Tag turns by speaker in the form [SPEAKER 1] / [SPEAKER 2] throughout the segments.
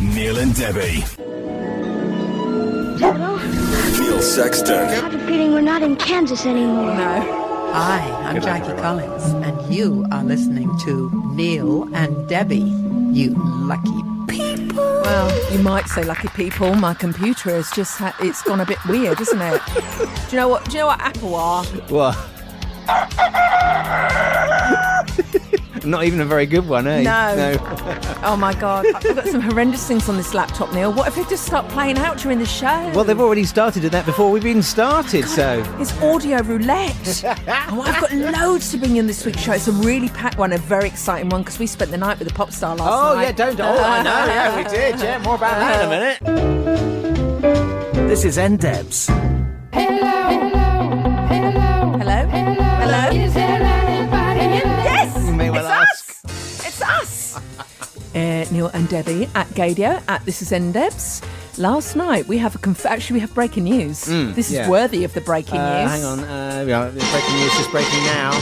[SPEAKER 1] Neil and Debbie.
[SPEAKER 2] Hello?
[SPEAKER 1] Neil
[SPEAKER 2] I
[SPEAKER 1] Sexton.
[SPEAKER 2] have a feeling we're not in Kansas anymore.
[SPEAKER 3] Hi, I'm Jackie Collins, and you are listening to Neil and Debbie. You lucky people.
[SPEAKER 4] Well, you might say lucky people. My computer has just ha- it's gone a bit weird, isn't it? do you know what? Do you know what Apple are?
[SPEAKER 5] What? Not even a very good one, eh?
[SPEAKER 4] No. Oh my god, I've got some horrendous things on this laptop, Neil. What if they just start playing out during the show?
[SPEAKER 5] Well, they've already started at that before we've even started, so.
[SPEAKER 4] It's audio roulette. oh, I've got loads to bring you on this week's show. It's a really packed one, a very exciting one because we spent the night with the pop star last
[SPEAKER 5] Oh,
[SPEAKER 4] night.
[SPEAKER 5] yeah, don't. Oh, I know. Yeah, we did. Yeah, more about that in a minute.
[SPEAKER 6] This is NDebs.
[SPEAKER 4] Hello, hello. Yes,
[SPEAKER 5] You may well ask.
[SPEAKER 4] it's us. It's us. uh, Neil and Debbie at Gadio at This Is NDebs. Last night we have a conf- actually we have breaking news. this is
[SPEAKER 5] Mm, yeah.
[SPEAKER 4] worthy of the breaking
[SPEAKER 5] Uh,
[SPEAKER 4] news.
[SPEAKER 5] hang on. Uh, yeah, it's breaking news just breaking now.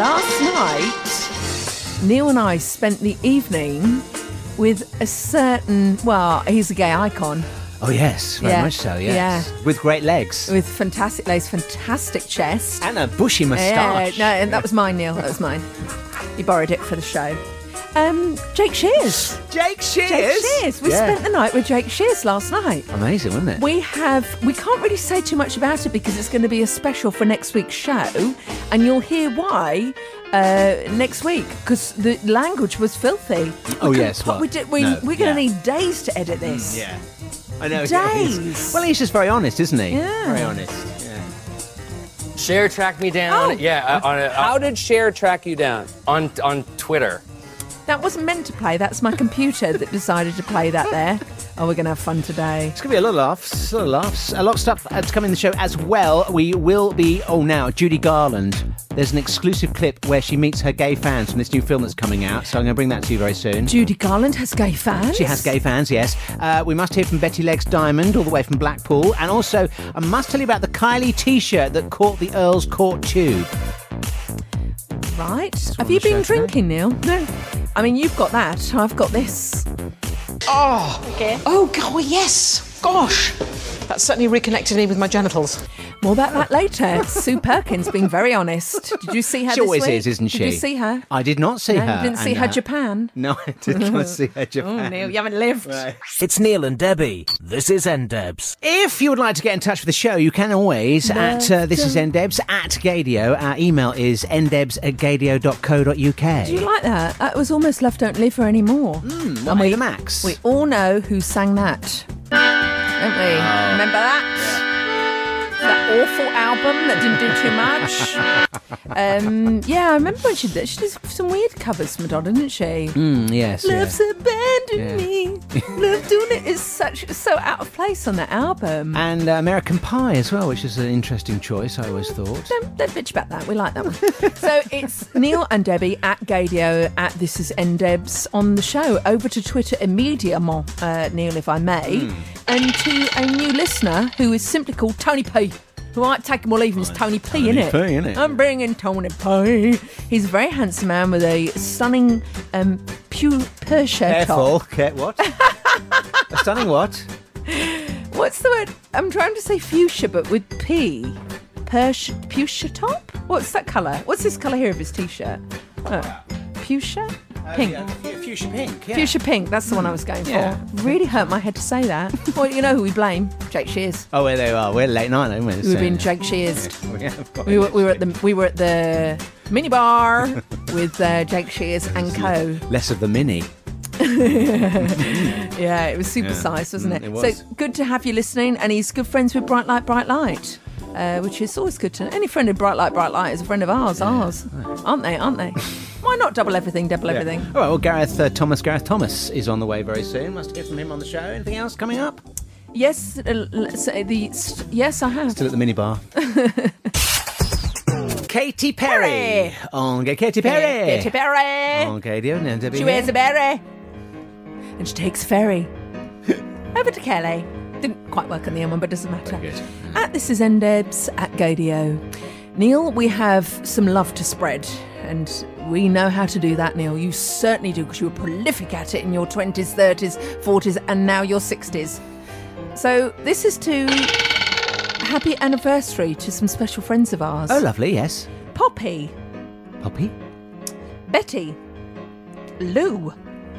[SPEAKER 4] Last night, Neil and I spent the evening with a certain, well, he's a gay icon
[SPEAKER 5] Oh, yes. Very
[SPEAKER 4] Yeah.
[SPEAKER 5] much so, yes. With great legs.
[SPEAKER 4] with fantastic legs, fantastic chest.
[SPEAKER 5] And a bushy
[SPEAKER 4] Yeah,
[SPEAKER 5] moustache.
[SPEAKER 4] no, and that was mine, Neil. That was mine. He borrowed it for the show. Um, Jake Shears.
[SPEAKER 5] Jake Shears.
[SPEAKER 4] Jake Shears. We
[SPEAKER 5] Yeah.
[SPEAKER 4] spent the night with Jake Shears last night.
[SPEAKER 5] Amazing, wasn't it?
[SPEAKER 4] We have, we can't really say too much about it because it's going to be a special for next week's show, and you'll hear why uh, next week because the language was filthy. We
[SPEAKER 5] Oh,
[SPEAKER 4] couldn't
[SPEAKER 5] yes,
[SPEAKER 4] po-
[SPEAKER 5] well,
[SPEAKER 4] we did, we,
[SPEAKER 5] no,
[SPEAKER 4] we're going to
[SPEAKER 5] yeah. Mm,
[SPEAKER 4] need days to edit this.
[SPEAKER 5] Yeah. I know.
[SPEAKER 4] Days.
[SPEAKER 5] He's- well, he's just very honest, isn't he?
[SPEAKER 4] Yeah.
[SPEAKER 5] Very honest. Yeah.
[SPEAKER 7] Share tracked me
[SPEAKER 4] Oh.
[SPEAKER 7] down. Yeah. uh, On a, how did Share track you down on on Twitter?
[SPEAKER 4] That wasn't meant to play. That's my computer that decided to play that there. Oh, we're going to have fun today.
[SPEAKER 5] It's going to be a lot of laughs, a lot of laughs, a lot of stuff uh, to come in the show as well. We will be, oh, now, Judy Garland. There's an exclusive clip where she meets her gay fans from this new film that's coming out, so I'm going to bring that to you very soon.
[SPEAKER 4] Judy Garland has gay fans.
[SPEAKER 5] She has gay fans, yes. Uh, we must hear from Betty Legs Diamond, all the way from Blackpool. And also, I must tell you about the Kylie t shirt that caught the Earl's Court tube.
[SPEAKER 4] Right.
[SPEAKER 5] Just
[SPEAKER 4] Have you
[SPEAKER 5] wanted to
[SPEAKER 4] been
[SPEAKER 5] shout it
[SPEAKER 4] drinking, Neil? No. I mean, you've got that. I've got this.
[SPEAKER 8] Oh, God, yes. Gosh. That certainly reconnected me with my genitals.
[SPEAKER 4] More about that later. Sue Perkins being very honest. Did you see her?
[SPEAKER 5] She
[SPEAKER 4] this
[SPEAKER 5] always
[SPEAKER 4] week?
[SPEAKER 5] is, isn't she?
[SPEAKER 4] Did you see her?
[SPEAKER 5] I did not see
[SPEAKER 4] No,
[SPEAKER 5] her.
[SPEAKER 4] you didn't see
[SPEAKER 5] and,
[SPEAKER 4] her
[SPEAKER 5] uh,
[SPEAKER 4] Japan.
[SPEAKER 5] No, I did not see her Japan.
[SPEAKER 4] Oh, Neil, you haven't lived.
[SPEAKER 6] It's Neil and Debbie. This is NDebs.
[SPEAKER 5] If you would like to get in touch with the show, you can always at uh, this is ndebs at gadio. Our email is ndebs at gadio.co.uk.
[SPEAKER 4] Do you like that? That was almost Love Don't Live Her Anymore. Mm,
[SPEAKER 5] One way to max.
[SPEAKER 4] We all know who sang that, don't we?
[SPEAKER 5] Oh.
[SPEAKER 4] Remember that? That awful album that didn't do too much. um, yeah, I remember when she did. She did some weird covers, Madonna, didn't she?
[SPEAKER 5] Mm, yes. yeah.
[SPEAKER 4] Love's abandoned
[SPEAKER 5] Yeah.
[SPEAKER 4] me. Love doing it is such so out of place on that album.
[SPEAKER 5] And uh, American Pie as well, which is an interesting choice, I always thought.
[SPEAKER 4] Don't, don't bitch about that. We like that one. so it's Neil and Debbie at Gadio at This Is NDebs on the show. Over to Twitter immediately, uh, Neil, if I may.
[SPEAKER 5] Hmm.
[SPEAKER 4] And to a new listener who is simply called Tony P. Who I take him or leave him is Tony P, innit?
[SPEAKER 5] P, innit?
[SPEAKER 4] I'm bringing Tony P. He's a very handsome man with a stunning um, pu- pur shirt on.
[SPEAKER 5] Careful. Care- what? a stunning what?
[SPEAKER 4] What's the word? I'm trying to say fuchsia, but with P. Persh, fuchsia top? What's that colour? What's this colour here of his t shirt? Oh, fuchsia?
[SPEAKER 5] Oh,
[SPEAKER 4] Pink.
[SPEAKER 5] Fuchsia pink, yeah.
[SPEAKER 4] Fuchsia pink, that's the one I was going
[SPEAKER 5] Yeah.
[SPEAKER 4] for. Really hurt my head to say that. well, you know who we blame? Jake Shears.
[SPEAKER 5] Oh, where they are. We're late night, aren't we?
[SPEAKER 4] We've been
[SPEAKER 5] So,
[SPEAKER 4] Jake Shears.
[SPEAKER 5] yeah, of course.
[SPEAKER 4] We were, we were at the we were at the minibar with uh, Jake Shears and co.
[SPEAKER 5] Less of the mini.
[SPEAKER 4] Yeah, it was supersized, wasn't
[SPEAKER 5] Mm,
[SPEAKER 4] it?
[SPEAKER 5] it was.
[SPEAKER 4] So good to have you listening, and he's good friends with Bright Light, Bright Light, uh, which is always good to know. Any friend of Bright Light, Bright Light is a friend of ours, ours, aren't they? Aren't they? Why not double everything, double everything?
[SPEAKER 5] All right, well, Gareth uh, Thomas, Gareth Thomas is on the way very soon. Must hear from him on the show. Anything else coming up?
[SPEAKER 4] Yes, uh, let's say the st- yes, I have.
[SPEAKER 5] Still at the minibar. Katy Perry. On Ga- Katy Perry.
[SPEAKER 4] Katy Perry.
[SPEAKER 5] On Gadio and Debbie.
[SPEAKER 4] She wears a berry, and she takes ferry over to Calais. Didn't quite work on the M1, but doesn't matter.
[SPEAKER 5] Very good.
[SPEAKER 4] At this is Endebs at Gadio. Neil, we have some love to spread, and we know how to do that, Neil. You certainly do, because you were prolific at it in your 20s, 30s, 40s, and now your 60s. So, this is to happy anniversary to some special friends of ours
[SPEAKER 5] Oh, lovely, yes.
[SPEAKER 4] Poppy,
[SPEAKER 5] Poppy?
[SPEAKER 4] Betty, Lou.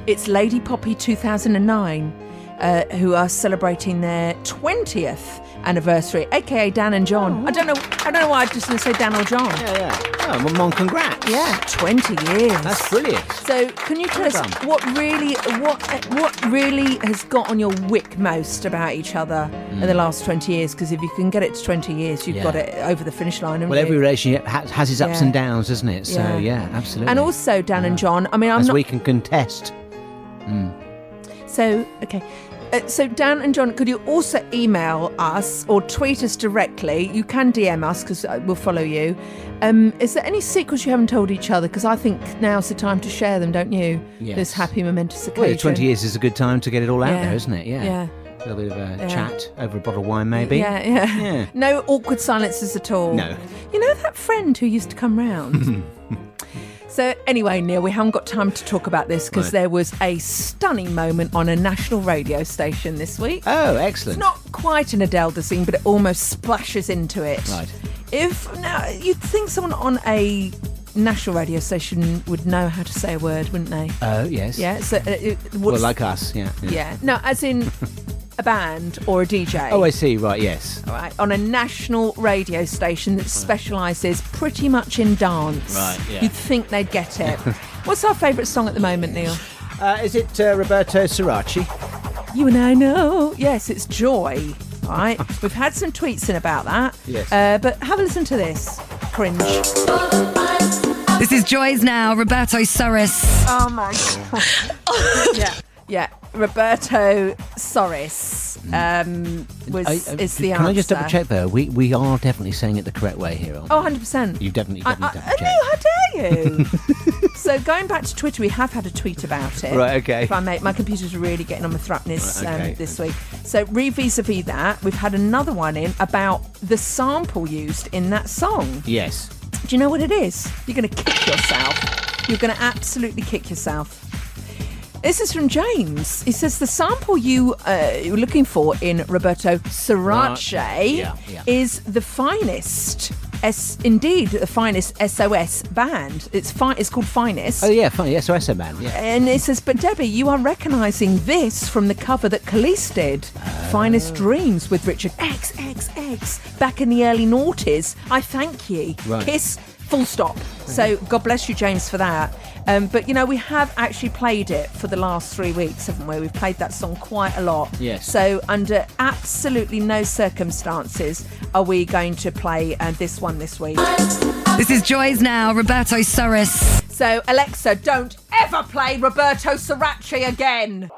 [SPEAKER 4] It's Lady Poppy 2009, uh, who are celebrating their 20th anniversary, aka Dan and John. I don't know. I don't know why I just didn't say Dan or John.
[SPEAKER 5] Yeah, yeah. Oh, well, Mom, congrats.
[SPEAKER 4] Yeah, 20 years.
[SPEAKER 5] That's brilliant.
[SPEAKER 4] So, can you tell
[SPEAKER 5] Well
[SPEAKER 4] us
[SPEAKER 5] done.
[SPEAKER 4] what really, what, what really has got on your wick most about each other in the last 20 years? Because if you can get it to 20 years, you've
[SPEAKER 5] Hmm. Yeah.
[SPEAKER 4] got it over the finish line. haven't
[SPEAKER 5] Well, every
[SPEAKER 4] you?
[SPEAKER 5] relationship has, has its ups
[SPEAKER 4] Yeah.
[SPEAKER 5] and downs, doesn't it? So,
[SPEAKER 4] Yeah.
[SPEAKER 5] yeah, absolutely.
[SPEAKER 4] and also Dan and John. I mean, I'm
[SPEAKER 5] As
[SPEAKER 4] not
[SPEAKER 5] we can contest.
[SPEAKER 4] So, okay. Uh, so, Dan and John, could you also email us or tweet us directly? You can DM us because we'll follow you. Um, is there any secrets you haven't told each other? Because I think now's the time to share them, don't you?
[SPEAKER 5] Yes.
[SPEAKER 4] This happy, momentous occasion.
[SPEAKER 5] Well, yeah, 20 years is a good time to get it all out
[SPEAKER 4] Yeah.
[SPEAKER 5] there, isn't it? Yeah.
[SPEAKER 4] Yeah.
[SPEAKER 5] A little bit of a
[SPEAKER 4] Yeah.
[SPEAKER 5] chat over a bottle of wine, maybe.
[SPEAKER 4] Yeah, yeah,
[SPEAKER 5] Yeah.
[SPEAKER 4] No awkward silences at all.
[SPEAKER 5] No.
[SPEAKER 4] You know that friend who used to come round? so, anyway, Neil, we haven't got time to talk about this because
[SPEAKER 5] No.
[SPEAKER 4] there was a stunning moment on a national radio station this week.
[SPEAKER 5] Oh, excellent.
[SPEAKER 4] It's not quite an Adelda scene, but it almost splashes into it.
[SPEAKER 5] Right.
[SPEAKER 4] If now you'd think someone on a national radio station would know how to say a word, wouldn't they?
[SPEAKER 5] Oh, yes.
[SPEAKER 4] yeah. So uh, it, what's,
[SPEAKER 5] Well, like us, yeah.
[SPEAKER 4] yeah. No, as in a band or a DJ.
[SPEAKER 5] Oh, I see. Right, yes.
[SPEAKER 4] all right, on a national radio station that specialises pretty much in dance.
[SPEAKER 5] Right, yeah.
[SPEAKER 4] You'd think they'd get it. What's our favourite song at the moment, Neil?
[SPEAKER 5] Uh, is it uh, Roberto Sirachi?
[SPEAKER 4] You and I know. Yes, it's joy. All right. We've had some tweets in about that.
[SPEAKER 5] Yes.
[SPEAKER 4] Uh, but have a listen to this. Cringe.
[SPEAKER 1] This is Joy's now, Roberto Soris.
[SPEAKER 4] Oh my god. yeah. Yeah. Roberto Soris um, was
[SPEAKER 5] Mm. I- I-
[SPEAKER 4] is the
[SPEAKER 5] can
[SPEAKER 4] answer.
[SPEAKER 5] I just double check though? We we are definitely saying it the correct way here. aren't we?
[SPEAKER 4] Oh, 100 percent.
[SPEAKER 5] You've definitely
[SPEAKER 4] I,
[SPEAKER 5] definitely
[SPEAKER 4] I,
[SPEAKER 5] double
[SPEAKER 4] I
[SPEAKER 5] checked.
[SPEAKER 4] know, how dare you? so going back to Twitter, we have had a tweet about it.
[SPEAKER 5] Right, okay.
[SPEAKER 4] If I may, my computer's really getting on my thrapness
[SPEAKER 5] Right, okay.
[SPEAKER 4] um, this week. So re vis-a-vis that, we've had another one in about the sample used in that song.
[SPEAKER 5] Yes.
[SPEAKER 4] Do you know what it is? You're going to kick yourself. You're going to absolutely kick yourself. This is from James. He says the sample you uh, were looking for in Roberto Sirace
[SPEAKER 5] Yeah, yeah.
[SPEAKER 4] is the finest. S, indeed, the finest SOS band. It's fi- It's called Finest.
[SPEAKER 5] Oh yeah, funny. Yes, SOS man. Yeah.
[SPEAKER 4] And it says, but Debbie, you are recognising this from the cover that Khalees did,
[SPEAKER 5] Oh.
[SPEAKER 4] Finest Dreams with Richard X X X back in the early noughties. I thank ye.
[SPEAKER 5] Right.
[SPEAKER 4] Kiss, full stop. So God bless you, James, for that. Um, but you know, we have actually played it for the last three weeks, haven't we? We've played that song quite a lot.
[SPEAKER 5] Yes.
[SPEAKER 4] So under absolutely no circumstances are we going to play uh, this one this week.
[SPEAKER 1] This is Joy's now, Roberto Soris.
[SPEAKER 4] So, Alexa, don't ever play Roberto Sirace again.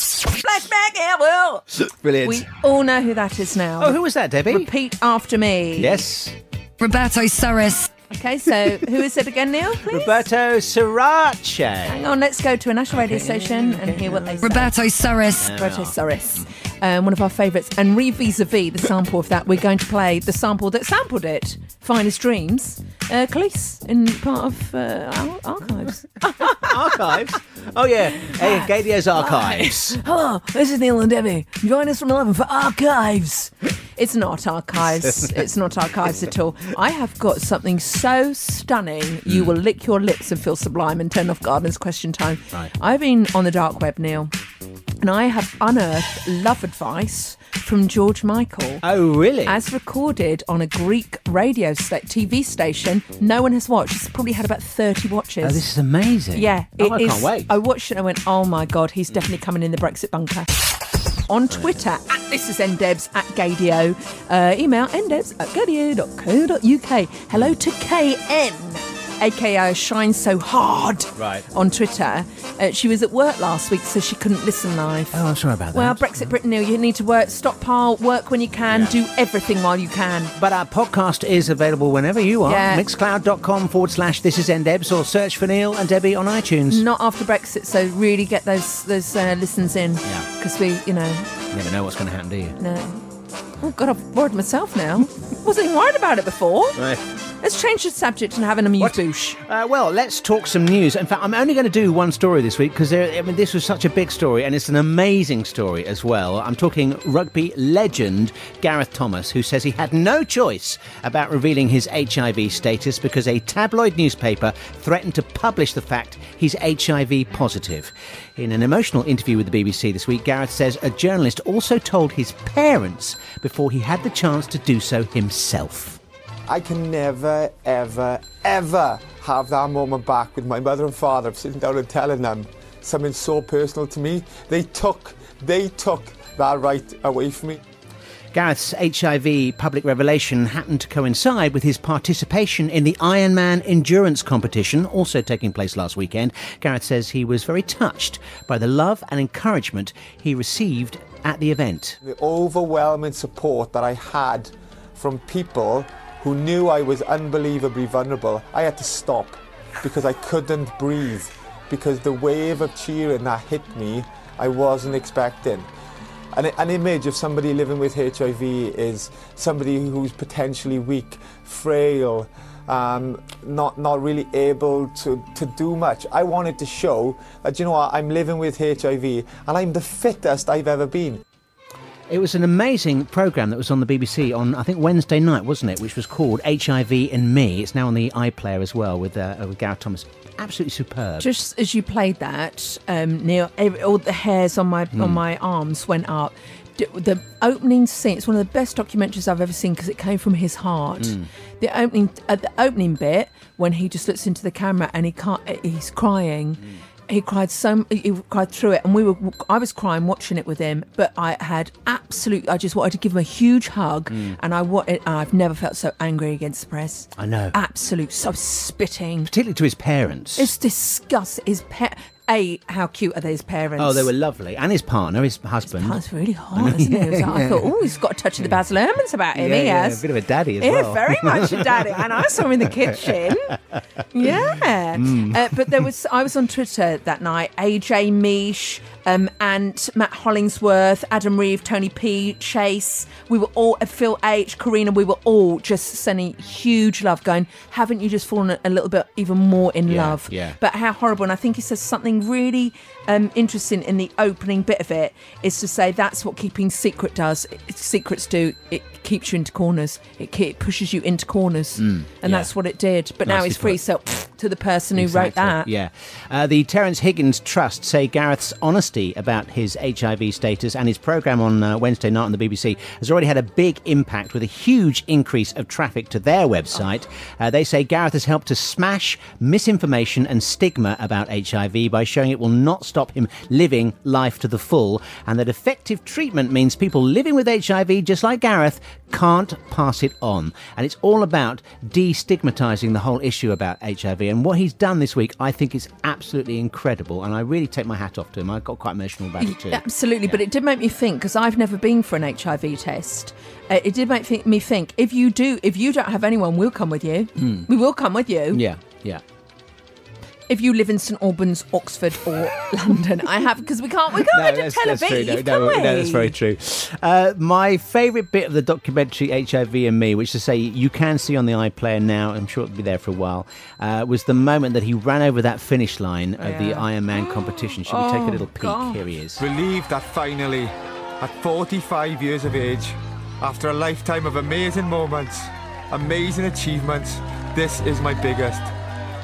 [SPEAKER 4] Flashback, yeah, will.
[SPEAKER 5] Brilliant.
[SPEAKER 4] We all know who that is now.
[SPEAKER 5] oh, who was that, Debbie?
[SPEAKER 4] Repeat after me.
[SPEAKER 5] Yes.
[SPEAKER 1] Roberto Soris.
[SPEAKER 4] Okay, so who is it again, Neil? Please?
[SPEAKER 5] Roberto Sirace.
[SPEAKER 4] Hang on, let's go to a national radio station and hear what they say.
[SPEAKER 1] Roberto Soris.
[SPEAKER 4] Roberto Soris, um, one of our favourites. And re vis a vis the sample of that, we're going to play the sample that sampled it, Finest Dreams, uh, Khalees, in part of uh, our archives.
[SPEAKER 5] archives. Oh yeah. Hey, Gadio's archives.
[SPEAKER 4] Hello, this is Neil and Debbie. Join us from 11 for Archives. It's not archives. it's not archives at all. I have got something so stunning, you will lick your lips and feel sublime and turn off Garden's question time.
[SPEAKER 5] Right.
[SPEAKER 4] I've been on the dark web, Neil, and I have unearthed love advice from George Michael.
[SPEAKER 5] Oh really?
[SPEAKER 4] As recorded on a Greek radio sta- TV station, no one has watched. It's probably had about 30 watches.
[SPEAKER 5] oh, this is amazing.
[SPEAKER 4] Yeah,
[SPEAKER 5] Oh,
[SPEAKER 4] it
[SPEAKER 5] I
[SPEAKER 4] is-
[SPEAKER 5] can't wait.
[SPEAKER 4] I watched it and I went, oh my God, he's definitely coming in the Brexit bunker.
[SPEAKER 5] Oh,
[SPEAKER 4] On Twitter, at this is ndebs at gadio. Uh, email ndebs at gadio.co.uk. Hello to KN, aka Shine So Hard.
[SPEAKER 5] Right.
[SPEAKER 4] On Twitter. Uh, she was at work last week, so she couldn't listen live.
[SPEAKER 5] Oh, I'm sorry about that.
[SPEAKER 4] Well, Brexit Britain, Neil, you need to work, stockpile, work when you can, do everything while you can.
[SPEAKER 5] But our podcast is available whenever you are.
[SPEAKER 4] Yeah.
[SPEAKER 5] Mixcloud.com forward slash this is NDebs or search for Neil and Debbie on iTunes.
[SPEAKER 4] Not after Brexit, so really get those those uh, listens in.
[SPEAKER 5] Yeah.
[SPEAKER 4] Because we, you know,
[SPEAKER 5] You never know what's going to happen, do you?
[SPEAKER 4] No. Oh God, I've worried myself now. Wasn't even worried about it before.
[SPEAKER 5] Right.
[SPEAKER 4] Let's change the subject and have an amuse bouche.
[SPEAKER 5] Uh, well, let's talk some news. In fact, I'm only going to do one story this week because I mean, this was such a big story and it's an amazing story as well. I'm talking rugby legend Gareth Thomas, who says he had no choice about revealing his HIV status because a tabloid newspaper threatened to publish the fact he's HIV positive. In an emotional interview with the BBC this week, Gareth says a journalist also told his parents before he had the chance to do so himself.
[SPEAKER 9] I can never, ever, ever have that moment back with my mother and father sitting down and telling them something so personal to me. They took, they took that right away from me.
[SPEAKER 5] Gareth's HIV public revelation happened to coincide with his participation in the Ironman endurance competition, also taking place last weekend. Gareth says he was very touched by the love and encouragement he received at the event.
[SPEAKER 9] The overwhelming support that I had from people who knew I was unbelievably vulnerable, I had to stop because I couldn't breathe because the wave of cheering that hit me, I wasn't expecting. An, an image of somebody living with HIV is somebody who's potentially weak, frail, um, not not really able to, to do much. I wanted to show that you know what, I'm living with HIV and I'm the fittest I've ever been.
[SPEAKER 5] It was an amazing program that was on the BBC on I think Wednesday night, wasn't it? Which was called HIV and Me. It's now on the iPlayer as well with uh, with Gareth Thomas. Absolutely superb.
[SPEAKER 4] Just as you played that, um, Neil, ev- all the hairs on my
[SPEAKER 5] Hmm.
[SPEAKER 4] on my arms went up. D- The opening scene, it's one of the best documentaries I've ever seen because it came from his heart.
[SPEAKER 5] Hmm.
[SPEAKER 4] The opening at the opening bit when he just looks into the camera and he can't, uh, he's crying.
[SPEAKER 5] Hmm.
[SPEAKER 4] He cried so he cried through it and we were I was crying watching it with him, but I had absolute I just wanted to give him a huge hug and I wa- and I've never felt so angry against the press.
[SPEAKER 5] Hmm. I know.
[SPEAKER 4] Absolute so spitting.
[SPEAKER 5] Particularly to his parents.
[SPEAKER 4] It's disgust. His pa- a how cute are those parents?
[SPEAKER 5] oh, they were lovely, and his partner, his husband.
[SPEAKER 4] That's really hot, isn't it? It was like- I thought, oh, he's got a touch of the Baz Luhrmann's about him.
[SPEAKER 5] Yeah,
[SPEAKER 4] he
[SPEAKER 5] yeah,
[SPEAKER 4] has
[SPEAKER 5] a bit of a daddy as
[SPEAKER 4] yeah,
[SPEAKER 5] well.
[SPEAKER 4] very much a daddy. And I saw him in the kitchen. Yeah.
[SPEAKER 5] Mm.
[SPEAKER 4] Uh, but there was, I was on Twitter that night. AJ Meesh, um, Ant, Matt Hollingsworth, Adam Reeve, Tony P, Chase. We were all, uh, Phil H, Karina, we were all just sending huge love, going, haven't you just fallen a little bit even more in
[SPEAKER 5] Yeah,
[SPEAKER 4] love?
[SPEAKER 5] yeah.
[SPEAKER 4] But how horrible. And I think he says something really um, interesting in the opening bit of it is to say that's what keeping secret does. It- Secrets do. It keeps you into corners. It, ke- it pushes you into corners. and that's what it did. But now
[SPEAKER 5] Mm, Nicely
[SPEAKER 4] it's free.
[SPEAKER 5] put.
[SPEAKER 4] So to the person who wrote
[SPEAKER 5] Exactly,
[SPEAKER 4] that.
[SPEAKER 5] Yeah. Uh, the Terence Higgins Trust say Gareth's honesty about his HIV status and his programme on uh, Wednesday night on the BBC has already had a big impact with a huge increase of traffic to their website. Uh, they say Gareth has helped to smash misinformation and stigma about HIV by showing it will not stop him living life to the full and that effective treatment means people living with HIV, just like Gareth, can't pass it on. And it's all about destigmatizing the whole issue about HIV. And what he's done this week, I think, is absolutely incredible. And I really take my hat off to him. I got quite emotional about it too.
[SPEAKER 4] Absolutely, but it did make me think because I've never been for an HIV test. Uh, it did make thi- me think if you do, if you don't have anyone, we'll come with you.
[SPEAKER 5] Hmm.
[SPEAKER 4] We will come with you.
[SPEAKER 5] Yeah, yeah.
[SPEAKER 4] If you live in St Albans, Oxford, or London, I have because we can't. We can't go to Tel Aviv.
[SPEAKER 5] No,
[SPEAKER 4] can
[SPEAKER 5] no,
[SPEAKER 4] we?
[SPEAKER 5] no, that's very true. Uh, my favourite bit of the documentary HIV and Me, which to say you can see on the iPlayer now, I'm sure it'll be there for a while, uh, was the moment that he ran over that finish line of the Ironman competition. Should we
[SPEAKER 4] Oh,
[SPEAKER 5] take a little peek?
[SPEAKER 4] God.
[SPEAKER 5] Here he is.
[SPEAKER 9] Relieved that finally, at 45 years of age, after a lifetime of amazing moments, amazing achievements, this is my biggest.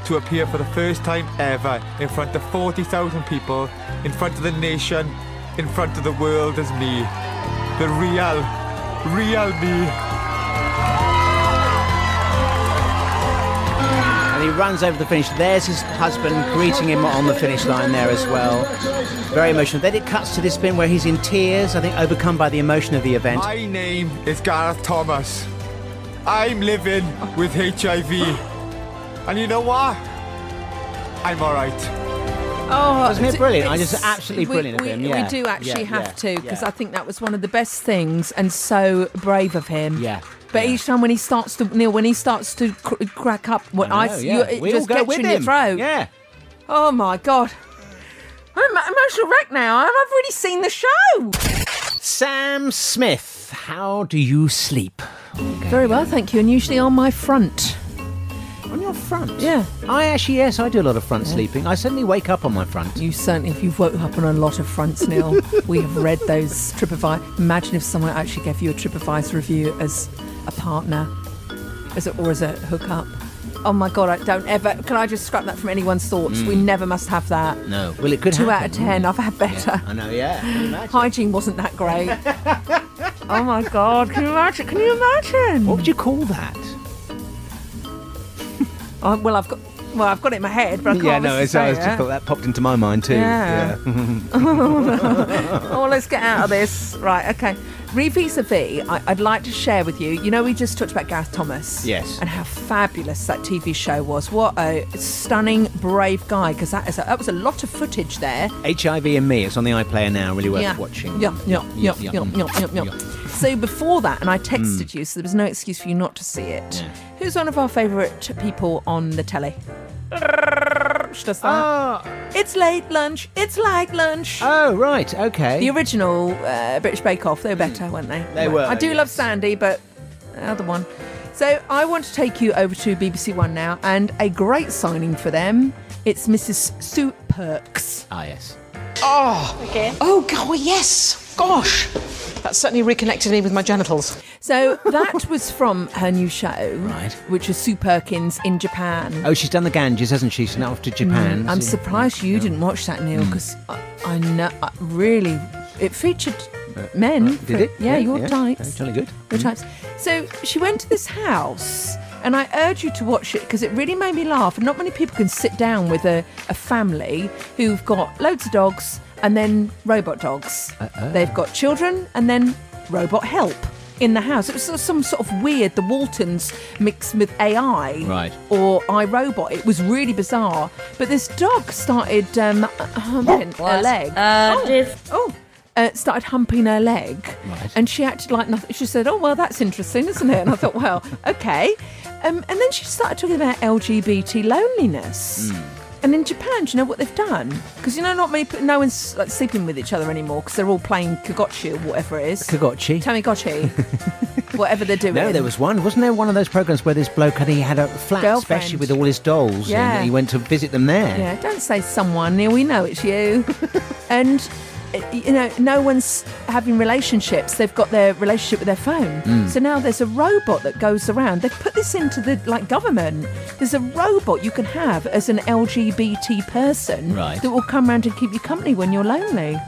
[SPEAKER 9] To appear for the first time ever in front of 40,000 people, in front of the nation, in front of the world as me. The real, real me.
[SPEAKER 5] And he runs over the finish. There's his husband greeting him on the finish line there as well. Very emotional. Then it cuts to this bit where he's in tears, I think overcome by the emotion of the event.
[SPEAKER 9] My name is Gareth Thomas. I'm living with HIV. And you know what? I'm alright.
[SPEAKER 4] Oh,
[SPEAKER 5] Wasn't it
[SPEAKER 4] d-
[SPEAKER 5] brilliant? I
[SPEAKER 4] it's-
[SPEAKER 5] just absolutely
[SPEAKER 4] we-
[SPEAKER 5] brilliant of
[SPEAKER 4] we,
[SPEAKER 5] him,
[SPEAKER 4] we
[SPEAKER 5] yeah.
[SPEAKER 4] do actually
[SPEAKER 5] Yeah,
[SPEAKER 4] have
[SPEAKER 5] yeah,
[SPEAKER 4] to because
[SPEAKER 5] yeah.
[SPEAKER 4] I think that was one of the best things and so brave of him.
[SPEAKER 5] Yeah,
[SPEAKER 4] But
[SPEAKER 5] yeah.
[SPEAKER 4] each time when he starts to Neil, when he starts to cr- crack up, what I,
[SPEAKER 5] know,
[SPEAKER 4] s-
[SPEAKER 5] yeah.
[SPEAKER 4] you, it
[SPEAKER 5] We all
[SPEAKER 4] just
[SPEAKER 5] go
[SPEAKER 4] gets
[SPEAKER 5] with
[SPEAKER 4] you in your
[SPEAKER 5] him.
[SPEAKER 4] throat.
[SPEAKER 5] Yeah.
[SPEAKER 4] Oh my god. I'm an emotional wreck now. I've I've already seen the show.
[SPEAKER 5] Sam Smith, how do you sleep?
[SPEAKER 4] Very well, thank you. And usually on my front.
[SPEAKER 5] On your front?
[SPEAKER 4] Yeah.
[SPEAKER 5] I actually, yes, I do a lot of front sleeping. I suddenly wake up on my front.
[SPEAKER 4] You certainly, if you've woke up on a lot of fronts, Neil, we have read those TripAdvisor. Imagine if someone actually gave you a TripAdvisor review as a partner, as a, or as a hookup. Oh my God! I don't ever. Can I just scrap that from anyone's thoughts? We
[SPEAKER 5] Mm.
[SPEAKER 4] never must have that.
[SPEAKER 5] No. Well, it could
[SPEAKER 4] Two out
[SPEAKER 5] happen.
[SPEAKER 4] of ten. I've had better.
[SPEAKER 5] I know, yeah. Can you imagine?
[SPEAKER 4] Hygiene wasn't that great. oh my God! Can you imagine? Can you imagine?
[SPEAKER 5] What would you call that?
[SPEAKER 4] Oh, well, I've got. Well, I've got it in my head, but I can't
[SPEAKER 5] yeah, no,
[SPEAKER 4] honestly
[SPEAKER 5] it's, I
[SPEAKER 4] say
[SPEAKER 5] was
[SPEAKER 4] it.
[SPEAKER 5] just thought that popped into my mind too.
[SPEAKER 4] Yeah. Oh, let's get out of this. Right, okay. Re vis a vis, I- I'd like to share with you. You know, we just talked about Gareth Thomas.
[SPEAKER 5] Yes.
[SPEAKER 4] And how fabulous that TV show was. What a stunning, brave guy, because that, is a- that was a lot of footage there.
[SPEAKER 5] HIV and me. It's on the iPlayer now. Really worth
[SPEAKER 4] yeah.
[SPEAKER 5] watching.
[SPEAKER 4] Yeah, yeah, yeah, yeah, yeah, yeah, yeah,
[SPEAKER 5] yeah. Mm.
[SPEAKER 4] So before that, and I texted you, so there was no excuse for you not to see it.
[SPEAKER 5] Yeah.
[SPEAKER 4] Who's one of our favourite people on the telly? She does that. It's late lunch. It's like lunch.
[SPEAKER 5] Uh, Oh, right. Okay.
[SPEAKER 4] The original uh, British Bake Off, they were better, weren't they?
[SPEAKER 5] They were,
[SPEAKER 4] I do
[SPEAKER 5] yes.
[SPEAKER 4] love Sandy, but the other one. So I want to take you over to BBC One now, and a great signing for them. It's Mrs. Sue Perks.
[SPEAKER 5] ah, yes.
[SPEAKER 8] Oh, go- well, yes. Gosh. That certainly reconnected me with my genitals.
[SPEAKER 4] So that was from her new show,
[SPEAKER 5] Right.
[SPEAKER 4] which is Sue Perkins in Japan.
[SPEAKER 5] Oh, she's done the Ganges, hasn't she? She's now off to Japan.
[SPEAKER 4] Mm, I'm
[SPEAKER 5] See? Mm.
[SPEAKER 4] surprised you didn't watch that, Neil, because I, I know, I really, it featured men.
[SPEAKER 5] Right, Uh, Did
[SPEAKER 4] for-
[SPEAKER 5] it?
[SPEAKER 4] Yeah, your
[SPEAKER 5] Okay,
[SPEAKER 4] types.
[SPEAKER 5] jolly good.
[SPEAKER 4] Your types. So she went to this house, and I urge you to watch it because it really made me laugh. And not many people can sit down with a, a family who've got loads of dogs and then robot dogs. They've got children and then robot help in the house. It was sort of some sort of weird, the Waltons mixed with AI
[SPEAKER 5] Right.
[SPEAKER 4] or iRobot. It was really bizarre. But this dog started um, humping her leg. oh. oh. Uh, started humping her leg,
[SPEAKER 5] Right.
[SPEAKER 4] and she acted like nothing. She said, "Oh well, that's interesting, isn't it?" And I thought, "Well, okay." Um, and then she started talking about LGBT loneliness.
[SPEAKER 5] Hmm.
[SPEAKER 4] And in Japan, do you know what they've done? Because you know, not many, pe- no one's like sleeping with each other anymore because they're all playing kagotchi or whatever it is.
[SPEAKER 5] Kagotchi.
[SPEAKER 4] Tamagotchi, whatever they're doing.
[SPEAKER 5] No, there was one, wasn't there? One of those programs where this bloke had he had a flat,
[SPEAKER 4] Girlfriend.
[SPEAKER 5] especially with all his dolls,
[SPEAKER 4] Yeah.
[SPEAKER 5] and he went to visit them there.
[SPEAKER 4] Yeah, don't say someone, Neil. We know it's you. and uh, you know, no one's having relationships. They've got their relationship with their phone.
[SPEAKER 5] Mm.
[SPEAKER 4] So now there's a robot that goes around. They've put this into the like government. There's a robot you can have as an LGBT person
[SPEAKER 5] Right.
[SPEAKER 4] that will come around and keep you company when you're lonely.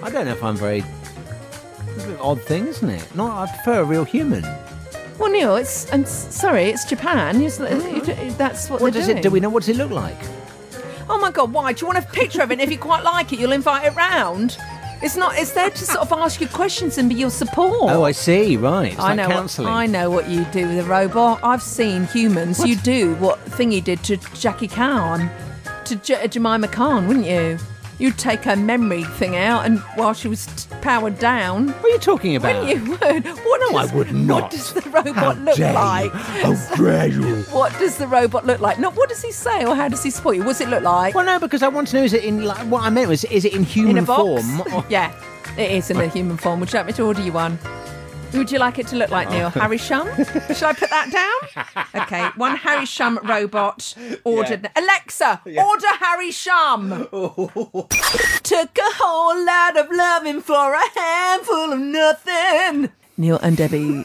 [SPEAKER 5] I don't know if I'm very. It's a bit of an odd thing, isn't it? No, I prefer a real human.
[SPEAKER 4] Well, Neil, it's I'm s- sorry, it's Japan. It's- you d- that's what,
[SPEAKER 5] Mm. What
[SPEAKER 4] they're
[SPEAKER 5] does
[SPEAKER 4] doing.
[SPEAKER 5] it? Do we know what does it look like?
[SPEAKER 4] oh my god why do you want a picture of it and if you quite like it you'll invite it round it's not it's there to sort of ask you questions and be your support
[SPEAKER 5] Oh, I see. Right. It's
[SPEAKER 4] I
[SPEAKER 5] like
[SPEAKER 4] know, what,
[SPEAKER 5] counselling.
[SPEAKER 4] I know what you do with a robot. I've seen humans. You do what thingy did to Jackie Khan, to J- uh, Jemima Khan, wouldn't you? You'd take her memory thing out, and while she was t- powered down,
[SPEAKER 5] What are you talking about?
[SPEAKER 4] wouldn't you? Would. What
[SPEAKER 5] No,
[SPEAKER 4] does-
[SPEAKER 5] I would not.
[SPEAKER 4] What does the robot
[SPEAKER 5] How
[SPEAKER 4] look
[SPEAKER 5] dare you? Oh,
[SPEAKER 4] like?
[SPEAKER 5] How dare you?
[SPEAKER 4] What does the robot look like? Not what does he say or how does he support you? What's it look like?
[SPEAKER 5] Well, no, because I want to know is it in like what I meant was is it in human
[SPEAKER 4] in a box?
[SPEAKER 5] form? or-
[SPEAKER 4] yeah, it is in a human form. Would you like me to order you one? Who would you like it to look like, Neil?
[SPEAKER 5] Uh-huh.
[SPEAKER 4] Harry Shum? Should I put that down? Okay, one Harry Shum robot ordered. Alexa, order Harry Shum. Took a whole lot of loving for a handful of nothing. Neil and Debbie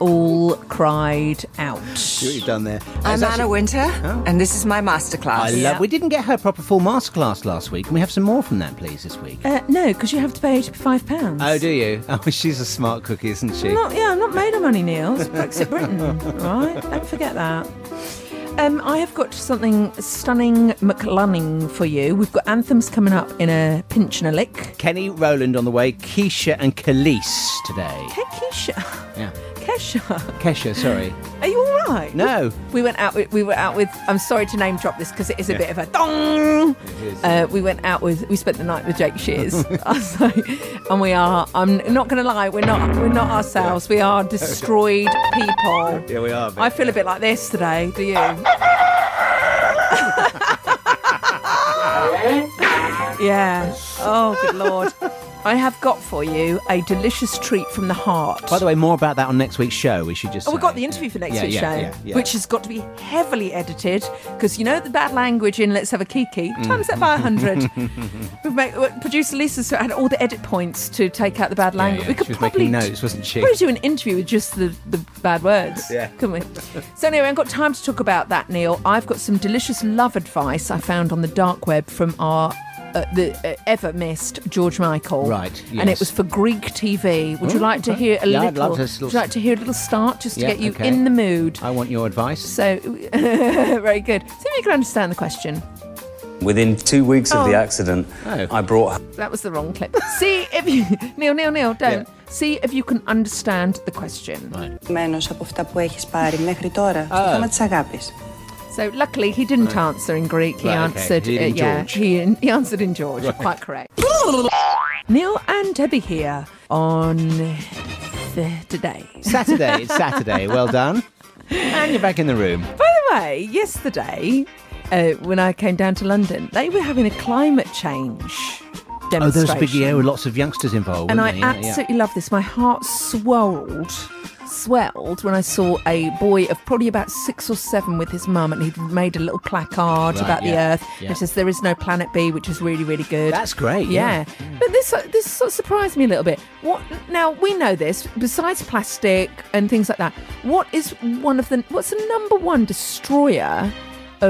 [SPEAKER 4] all cried out.
[SPEAKER 5] See what you've done there.
[SPEAKER 10] I'm
[SPEAKER 5] It's actually-
[SPEAKER 10] Anna Winter, and this is my masterclass.
[SPEAKER 5] I love. We didn't get her proper full masterclass last week. Can we have some more from that, please, this week?
[SPEAKER 4] Uh, no, because you have to pay £85.
[SPEAKER 5] Oh, do you? Oh, she's a smart cookie, isn't she?
[SPEAKER 4] I'm not, yeah, I'm not made of money, Neil. It's Brexit Britain, right? Don't forget that. Um, I have got something stunning McLunning for you. We've got anthems coming up in a pinch and a lick.
[SPEAKER 5] Kenny Rowland on the way. Keisha and Khalees today.
[SPEAKER 4] Kesha,
[SPEAKER 5] Yeah.
[SPEAKER 4] Kesha,
[SPEAKER 5] Kesha, sorry.
[SPEAKER 4] are you all right?
[SPEAKER 5] No.
[SPEAKER 4] We went out. With, we were out with. I'm sorry to name drop this because it is a bit of a dong. Uh, we went out with. We spent the night with Jake Shears. I was like, and we are. I'm not going to lie. We're not. We're not ourselves. We are destroyed people.
[SPEAKER 5] Yeah, we are, mate.
[SPEAKER 4] I feel a bit like this today. Do you? yeah. Oh, good lord. I have got for you a delicious treat from the heart.
[SPEAKER 5] By the way, more about that on next week's show. We should just.
[SPEAKER 4] Oh, we've
[SPEAKER 5] say.
[SPEAKER 4] got the interview for next
[SPEAKER 5] Yeah,
[SPEAKER 4] week's
[SPEAKER 5] yeah,
[SPEAKER 4] show,
[SPEAKER 5] yeah, yeah.
[SPEAKER 4] which has got to be heavily edited because you know the bad language in Let's Have a Kiki?
[SPEAKER 5] Mm.
[SPEAKER 4] Times that by 100. We've made, well, producer Lisa's had all the edit points to take out the bad language.
[SPEAKER 5] yeah.
[SPEAKER 4] We could
[SPEAKER 5] She was
[SPEAKER 4] probably
[SPEAKER 5] making notes, wasn't she?
[SPEAKER 4] Probably do an interview with just the, the bad words,
[SPEAKER 5] Yeah.
[SPEAKER 4] couldn't we? So anyway, I've got time to talk about that, Neil. I've got some delicious love advice I found on the dark web from our. Uh, the uh, ever missed George Michael,
[SPEAKER 5] Right,
[SPEAKER 4] And it
[SPEAKER 5] yes.
[SPEAKER 4] was for Greek TV. Would you
[SPEAKER 5] Ooh,
[SPEAKER 4] like to
[SPEAKER 5] okay.
[SPEAKER 4] hear a
[SPEAKER 5] Yeah,
[SPEAKER 4] little?
[SPEAKER 5] I'd love to still-
[SPEAKER 4] would you like to hear a little start just to
[SPEAKER 5] Yeah,
[SPEAKER 4] get you
[SPEAKER 5] okay.
[SPEAKER 4] in the mood?
[SPEAKER 5] I want your advice.
[SPEAKER 4] So very good. See if you can understand the question.
[SPEAKER 11] Within two weeks of
[SPEAKER 4] Oh.
[SPEAKER 11] the accident, I brought
[SPEAKER 4] That was the wrong clip. See if you, Neil, Neil, Neil, don't. See if you can understand the question.
[SPEAKER 12] Μένος από αυτά που έχεις πάρει μέχρι τώρα στο θέμα της αγάπης.
[SPEAKER 4] So luckily he didn't
[SPEAKER 12] Right.
[SPEAKER 4] answer in Greek. He
[SPEAKER 12] Right, okay.
[SPEAKER 4] answered,
[SPEAKER 12] He did in
[SPEAKER 4] uh, yeah,
[SPEAKER 12] George.
[SPEAKER 4] he, he answered in George.
[SPEAKER 12] Right.
[SPEAKER 4] Quite correct. Neil and Debbie here on Saturday.
[SPEAKER 5] Saturday, it's Saturday. Well done. And you're back in the room.
[SPEAKER 4] By the way, yesterday, uh, when I came down to London, they were having a climate change demonstration.
[SPEAKER 5] Oh, there was a big year with lots of youngsters involved.
[SPEAKER 4] and I
[SPEAKER 5] weren't there? Yeah, yeah.
[SPEAKER 4] absolutely love this. My heart swelled, swelled when I saw a boy of probably about six or seven with his mum, and he'd made a little placard
[SPEAKER 5] Right,
[SPEAKER 4] about
[SPEAKER 5] yeah,
[SPEAKER 4] the Earth.
[SPEAKER 5] yeah.
[SPEAKER 4] And it says there is no planet B, which is really, really good.
[SPEAKER 5] That's great, yeah.
[SPEAKER 4] but this uh, this sort of surprised me a little bit. What now? We know this. Besides plastic and things like that, what is one of the what's the number one destroyer?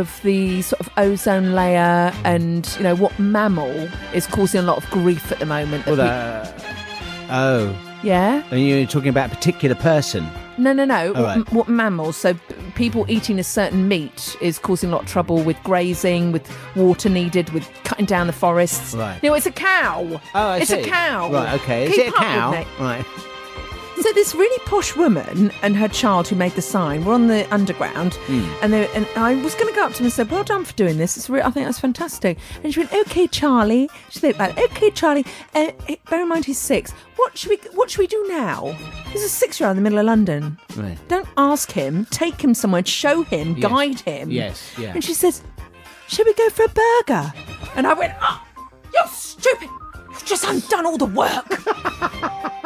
[SPEAKER 4] Of the sort of ozone layer, and you know what mammal is causing a lot of grief at the moment. that
[SPEAKER 5] Well,
[SPEAKER 4] we-
[SPEAKER 5] the- oh.
[SPEAKER 4] yeah.
[SPEAKER 5] And you're talking about a particular person.
[SPEAKER 4] No, no, no.
[SPEAKER 5] All
[SPEAKER 4] What,
[SPEAKER 5] right.
[SPEAKER 4] what mammals? So p- people eating a certain meat is causing a lot of trouble with grazing, with water needed, with cutting down the forests.
[SPEAKER 5] Right.
[SPEAKER 4] No, it's a cow.
[SPEAKER 5] Oh, I
[SPEAKER 4] it's
[SPEAKER 5] see.
[SPEAKER 4] a cow.
[SPEAKER 5] Right, okay. Is
[SPEAKER 4] Keep
[SPEAKER 5] it a
[SPEAKER 4] up with
[SPEAKER 5] cow?
[SPEAKER 4] me.
[SPEAKER 5] Right.
[SPEAKER 4] So this really posh woman and her child who made the sign were on the underground,
[SPEAKER 5] Mm.
[SPEAKER 4] and they, and I was going to go up to them and say, "Well done for doing this. It's re- I think that's fantastic." And she went, "Okay, Charlie." She looked like, "Okay, Charlie. Uh, eh, bear in mind he's six. What should we What should we do now? There's a six-year-old in the middle of London.
[SPEAKER 5] Right.
[SPEAKER 4] Don't ask him. Take him somewhere. Show him.
[SPEAKER 5] Yes.
[SPEAKER 4] Guide him.
[SPEAKER 5] Yes, yeah.
[SPEAKER 4] And she says, "Should we go for a burger?" And I went, "Oh, you're stupid. You've just undone all the work."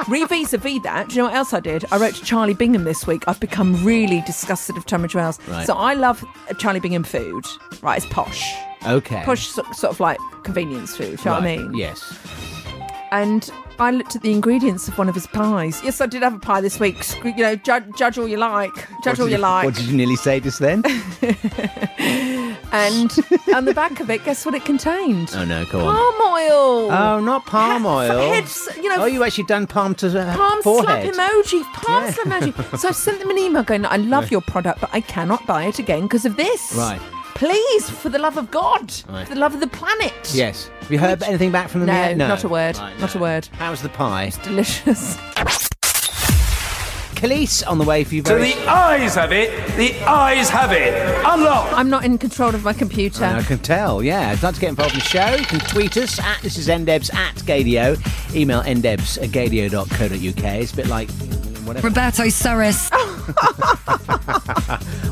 [SPEAKER 4] Re vis a vis that, do you know what else I did? I wrote to Charlie Bingham this week. I've become really disgusted of Tunbridge Wells.
[SPEAKER 5] Right.
[SPEAKER 4] So I love uh, Charlie Bingham food. Right, it's posh.
[SPEAKER 5] Okay.
[SPEAKER 4] Posh, so- sort of like convenience food, do you know what I
[SPEAKER 5] Right,
[SPEAKER 4] mean?
[SPEAKER 5] Yes.
[SPEAKER 4] And I looked at the ingredients of one of his pies. Yes, I did have a pie this week. Sc- You know, judge, judge all you like. Judge
[SPEAKER 5] What
[SPEAKER 4] all
[SPEAKER 5] did
[SPEAKER 4] you like.
[SPEAKER 5] What did you nearly say just then?
[SPEAKER 4] And on the back of it, guess what it contained?
[SPEAKER 5] oh, no, go on.
[SPEAKER 4] Palm oil.
[SPEAKER 5] Oh, not palm oil.
[SPEAKER 4] heads, you know,
[SPEAKER 5] oh, you actually done palm to the
[SPEAKER 4] Palm
[SPEAKER 5] forehead.
[SPEAKER 4] slap emoji. Palm slap emoji. So I sent them an email going, I love
[SPEAKER 5] Right.
[SPEAKER 4] your product, but I cannot buy it again because of this.
[SPEAKER 5] Right.
[SPEAKER 4] Please, for the love of God,
[SPEAKER 5] Right.
[SPEAKER 4] for the love of the planet.
[SPEAKER 5] Yes. Have you heard anything back from them
[SPEAKER 4] No,
[SPEAKER 5] yet?
[SPEAKER 4] not a word. Not a word.
[SPEAKER 5] How's the pie? It's
[SPEAKER 4] delicious.
[SPEAKER 5] Khalees on the way for you.
[SPEAKER 6] So
[SPEAKER 5] very-
[SPEAKER 6] the eyes have it. The eyes have it. Unlock.
[SPEAKER 4] I'm not in control of my computer.
[SPEAKER 5] I can tell, yeah. If you'd like to get involved in the show, you can tweet us at this is ndebs at gadio. Email ndebs at gadio.co.uk. It's a bit like whatever.
[SPEAKER 1] Roberto Soros.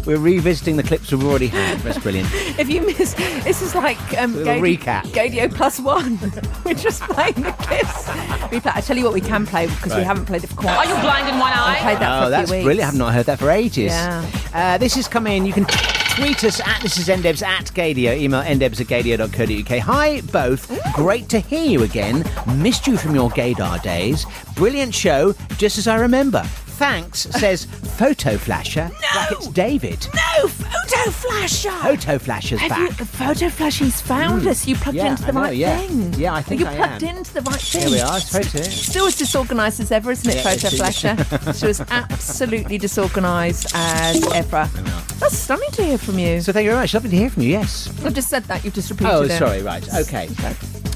[SPEAKER 5] We're revisiting the clips we've already had. That's brilliant.
[SPEAKER 4] If you miss, this is like um,
[SPEAKER 5] Little recap.
[SPEAKER 4] Gadio Plus One. We're just playing the clips. We play, I tell you what, we can play because we
[SPEAKER 5] Right.
[SPEAKER 4] haven't played it for quite.
[SPEAKER 13] Are you blind in one
[SPEAKER 4] I played that for
[SPEAKER 5] oh,
[SPEAKER 4] a
[SPEAKER 5] that's
[SPEAKER 4] few weeks.
[SPEAKER 5] brilliant. I've not heard that for ages.
[SPEAKER 4] Yeah.
[SPEAKER 5] Uh, this is coming. You can tweet us at this is ndebs at gadio. Email ndebs at gadio.co.uk. Hi, both. Great to hear you again. Missed you from your gaydar days. Brilliant show, just as I remember. Thanks, says Photo Flasher. It's David.
[SPEAKER 4] No, Photo Flasher.
[SPEAKER 5] Photo Flasher's
[SPEAKER 4] Have
[SPEAKER 5] back.
[SPEAKER 4] you, Photo Flasher's found
[SPEAKER 5] Mm.
[SPEAKER 4] us. You plugged
[SPEAKER 5] Yeah,
[SPEAKER 4] into the
[SPEAKER 5] I know,
[SPEAKER 4] right
[SPEAKER 5] yeah.
[SPEAKER 4] thing.
[SPEAKER 5] Yeah, I think
[SPEAKER 4] you
[SPEAKER 5] I
[SPEAKER 4] plugged
[SPEAKER 5] am.
[SPEAKER 4] into the right thing.
[SPEAKER 5] Here we are, it's photo.
[SPEAKER 4] Still as disorganised as ever, isn't it,
[SPEAKER 5] Yeah,
[SPEAKER 4] Photo
[SPEAKER 5] it's-
[SPEAKER 4] Flasher? Still as absolutely disorganised as ever. That's stunning to hear from you.
[SPEAKER 5] So thank you very much. Lovely to hear from you. Yes.
[SPEAKER 4] I've just said that. You've just repeated
[SPEAKER 5] Oh,
[SPEAKER 4] it.
[SPEAKER 5] sorry. Right. Okay.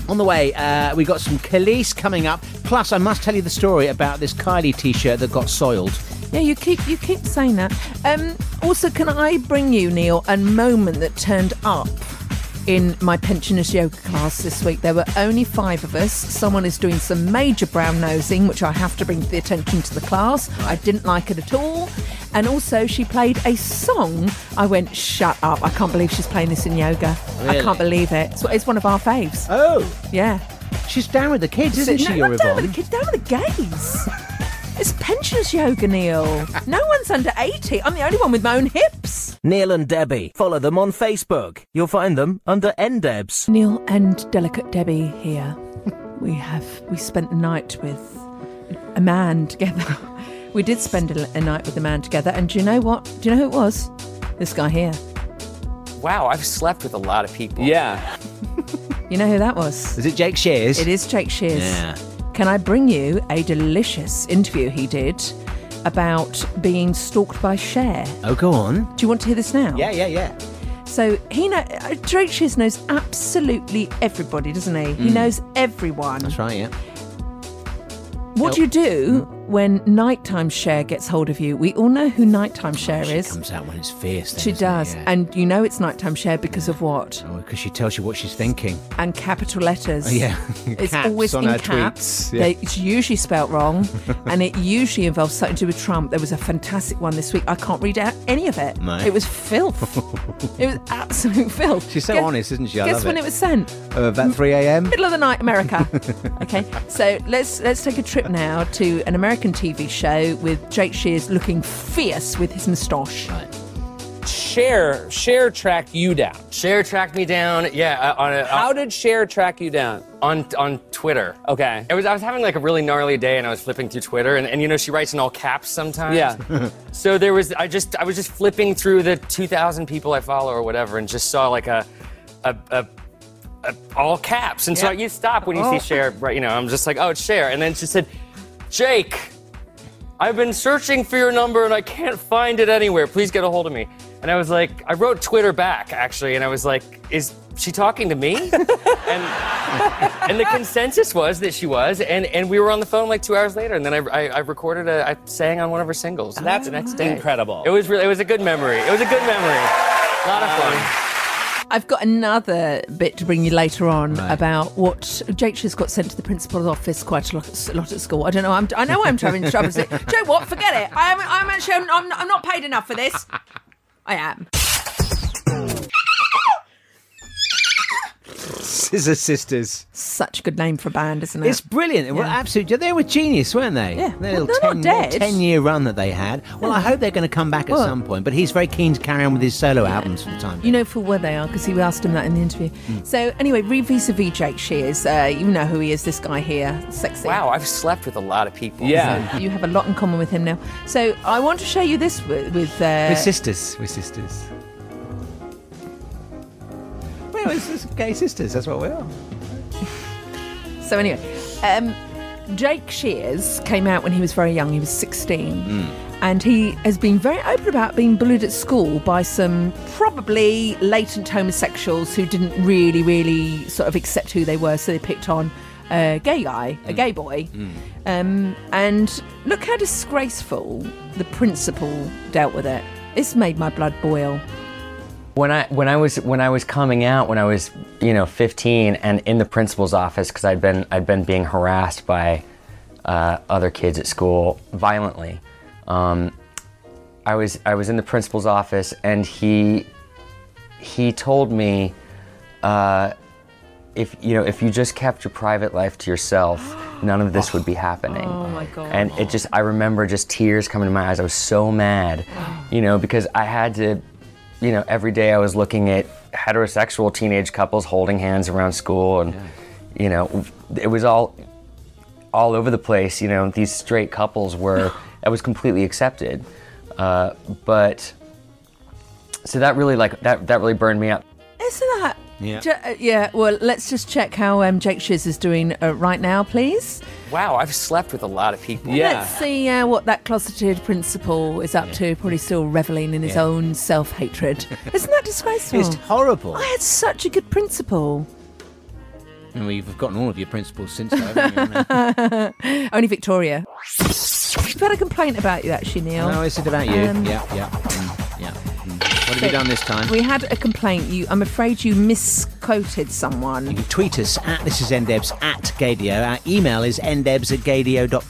[SPEAKER 5] On the way, uh, we got some Khalees coming up. Plus, I must tell you the story about this Kylie T-shirt that got soiled.
[SPEAKER 4] Yeah, you keep you keep saying that. Um, also, can I bring you Neil a moment that turned up in my pensioners yoga class this week? There were only five of us. Someone is doing some major brown nosing, which I have to bring to the attention to the class. I didn't like it at all. And also, she played a song. I went, shut up! I can't believe she's playing this in yoga. I
[SPEAKER 5] Really?
[SPEAKER 4] can't believe it. It's, it's one of our faves.
[SPEAKER 5] Oh,
[SPEAKER 4] yeah.
[SPEAKER 5] She's down with the kids, isn't
[SPEAKER 4] no,
[SPEAKER 5] she, your
[SPEAKER 4] not down with
[SPEAKER 5] Yvonne?
[SPEAKER 4] the kid, down with the gays. it's pensioners yoga, Neil. No one's under 80. I'm the only one with my own hips.
[SPEAKER 13] Neil and Debbie. Follow them on Facebook. You'll find them under NDebs.
[SPEAKER 4] Neil and Delicate Debbie here. We have we spent a night with a man together. We did spend a, a night with a man together, and do you know what? Do you know who it was? This guy here.
[SPEAKER 7] Wow, I've slept with a lot of people.
[SPEAKER 5] Yeah.
[SPEAKER 4] You know who that was?
[SPEAKER 5] Is it Jake Shears?
[SPEAKER 4] It is Jake Shears.
[SPEAKER 5] Yeah.
[SPEAKER 4] Can I bring you a delicious interview he did about being stalked by Cher?
[SPEAKER 5] Oh, go on.
[SPEAKER 4] Do you want to hear this now?
[SPEAKER 5] Yeah, yeah, yeah.
[SPEAKER 4] So he know uh, Drake Shears knows absolutely everybody, doesn't he? He
[SPEAKER 5] Mm.
[SPEAKER 4] knows everyone.
[SPEAKER 5] That's right, yeah.
[SPEAKER 4] What do you do
[SPEAKER 5] Hmm.
[SPEAKER 4] when nighttime Cher gets hold of you? We all know who nighttime Cher is.
[SPEAKER 5] Comes out when it's fierce. Then,
[SPEAKER 4] She does, and you know it's nighttime Cher because of what?
[SPEAKER 5] Because Oh, she tells you what she's thinking.
[SPEAKER 4] And capital letters.
[SPEAKER 5] Oh, yeah.
[SPEAKER 4] it's
[SPEAKER 5] Caps
[SPEAKER 4] always
[SPEAKER 5] on
[SPEAKER 4] in
[SPEAKER 5] her
[SPEAKER 4] caps.
[SPEAKER 5] tweets, yeah.
[SPEAKER 4] They, it's usually spelt wrong, and it usually involves something to do with Trump. There was a fantastic one this week. I can't read out any of it.
[SPEAKER 5] No.
[SPEAKER 4] It was filth. it was absolute filth.
[SPEAKER 5] She's so
[SPEAKER 4] Guess-
[SPEAKER 5] honest, isn't she? I
[SPEAKER 4] guess
[SPEAKER 5] love
[SPEAKER 4] when
[SPEAKER 5] it.
[SPEAKER 4] it was sent.
[SPEAKER 5] Uh, about 3 a.m.
[SPEAKER 4] Middle of the night, America. Okay, so let's let's take a trip now to an American TV show with Jake Shears looking fierce with his moustache.
[SPEAKER 7] Share, share tracked you down. Share tracked me down. Yeah. uh, On a, How did share track you down? On on Twitter. Okay. It was. I was having like a really gnarly day, and I was flipping through Twitter, and, and you know she writes in all caps sometimes.
[SPEAKER 14] Yeah.
[SPEAKER 7] so there was. I just. I was just flipping through the 2,000 people I follow or whatever, and just saw like a, a, a, a all caps, and so
[SPEAKER 14] Yeah.
[SPEAKER 7] you stop when you
[SPEAKER 14] Oh.
[SPEAKER 7] see share. Right. You know. I'm just like, oh, it's share, and then she said, Jake. I've been searching for your number and I can't find it anywhere. Please get a hold of me. And I was like, I wrote Twitter back actually, and I was like, is she talking to me? and and the consensus was that she was, and and we were on the phone like two hours later, and then I I, I recorded a I sang on one of her singles. That's the next day.
[SPEAKER 14] incredible.
[SPEAKER 7] It was really it was a good memory. It was a good memory. A lot of fun.
[SPEAKER 4] I've got another bit to bring you later on about what Jake Shears got sent to the principal's office quite a lot, a lot at school. I don't know. I'm, I know I'm having trouble. Do you know what? Forget it. I am, I'm actually I'm, I'm, I'm not paid enough for this. I am.
[SPEAKER 5] Scissor Sisters.
[SPEAKER 4] Such a good name for a band, isn't it?
[SPEAKER 5] It's brilliant. Well, absolutely. They were genius, weren't they?
[SPEAKER 4] Yeah.
[SPEAKER 5] Their
[SPEAKER 4] Well,
[SPEAKER 5] little
[SPEAKER 4] they're not
[SPEAKER 5] 10
[SPEAKER 4] dead.
[SPEAKER 5] 10 year run that they had. Well, I hope they're going to come back
[SPEAKER 4] Well-
[SPEAKER 5] at some point, but he's very keen to carry on with his solo albums for the time.
[SPEAKER 4] You know for where they are because he asked him that in the interview. So anyway, re vis-a-vis Jake Shears, uh, you know who he is. This guy here, sexy.
[SPEAKER 7] Wow, I've slept with a lot of people.
[SPEAKER 4] So you have a lot in common with him now. So I want to show you this with. with uh,
[SPEAKER 5] we're sisters. We're sisters. Well, it's just gay sisters. That's what we are.
[SPEAKER 4] So anyway, um, Jake Shears came out when he was very young. He was 16. And he has been very open about being bullied at school by some probably latent homosexuals who didn't really, really sort of accept who they were, so they picked on a gay guy, a gay boy. Um, and look how disgraceful the principal dealt with it. This made my blood boil.
[SPEAKER 14] When I when I was when I was coming out when I was you know 15 and in the principal's office because I'd been I'd been being harassed by uh, other kids at school violently. Um, I was I was in the principal's office and he he told me uh, if you know if you just kept your private life to yourself, none of this would be happening.
[SPEAKER 4] Oh my God.
[SPEAKER 14] And it just, I remember just tears coming to my eyes. I was so mad,
[SPEAKER 4] Oh.
[SPEAKER 14] you know, because I had to, you know, every day I was looking at heterosexual teenage couples holding hands around school, and, you know, it was all, all over the place. You know, these straight couples were, that was completely accepted, uh, but, so that really like that that really burned me up.
[SPEAKER 4] Isn't that?
[SPEAKER 14] Yeah.
[SPEAKER 4] Ju- uh, yeah, well, let's just check how um, Jake Shears is doing uh, right now, please.
[SPEAKER 7] Wow, I've slept with a lot of people.
[SPEAKER 4] Let's see uh, what that closeted principal is up to, probably still reveling in his
[SPEAKER 7] Yeah.
[SPEAKER 4] own self hatred. Isn't that disgraceful?
[SPEAKER 5] It's horrible.
[SPEAKER 4] I had such a good principal.
[SPEAKER 5] And we've forgotten all of your principles since then. haven't we?
[SPEAKER 4] Only Victoria. We've had a complaint about you, actually, Neil.
[SPEAKER 5] no, is it about you?
[SPEAKER 4] Um,
[SPEAKER 5] yeah, yeah, mm, yeah. mm. What have you done this time?
[SPEAKER 4] We had a complaint. You, I'm afraid you misquoted someone.
[SPEAKER 5] You can tweet us at this is ndebs at gadio. Our email is ndebs at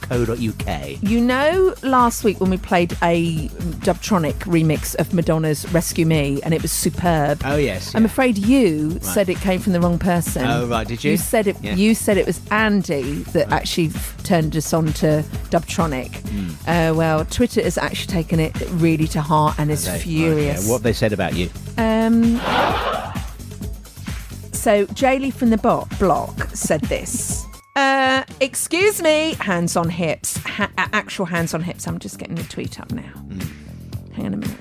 [SPEAKER 5] gadio.co.uk.
[SPEAKER 4] You know, last week when we played a Dubtronic remix of Madonna's Rescue Me and it was superb.
[SPEAKER 5] Oh, yes,
[SPEAKER 4] I'm afraid you said it came from the wrong person.
[SPEAKER 5] Oh, right, did you?
[SPEAKER 4] You said it
[SPEAKER 5] Yeah.
[SPEAKER 4] you said it was Andy that actually f- turned us on to Dubtronic.
[SPEAKER 5] Hmm.
[SPEAKER 4] Uh, well, Twitter has actually taken it really to heart and is
[SPEAKER 5] They- right,
[SPEAKER 4] furious.
[SPEAKER 5] yeah, what they said about you.
[SPEAKER 4] Um. So Jaylee from the bot block said this. Uh, excuse me, hands on hips, ha- a- actual hands on hips. I'm just getting the tweet up now.
[SPEAKER 15] Hmm.
[SPEAKER 4] Hang on a minute.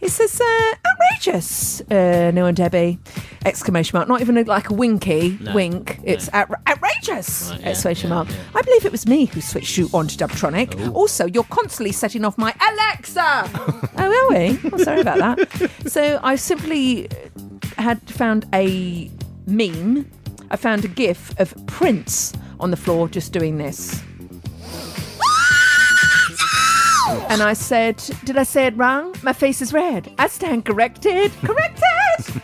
[SPEAKER 4] It says uh, outrageous, uh, Neil and Debbie! Exclamation mark. Not even a, like a winky
[SPEAKER 15] No,
[SPEAKER 4] wink. It's outra- outrageous!
[SPEAKER 15] Right, yeah, Oh.
[SPEAKER 4] exclamation mark. I believe it was me who switched you onto Dubtronic. Also, you're constantly setting off my Alexa. oh, are we? I'm sorry about that. So I simply had found a meme. I found a GIF of Prince on the floor just doing this. And I said, Did I say it wrong? My face is red. I stand corrected. Corrected!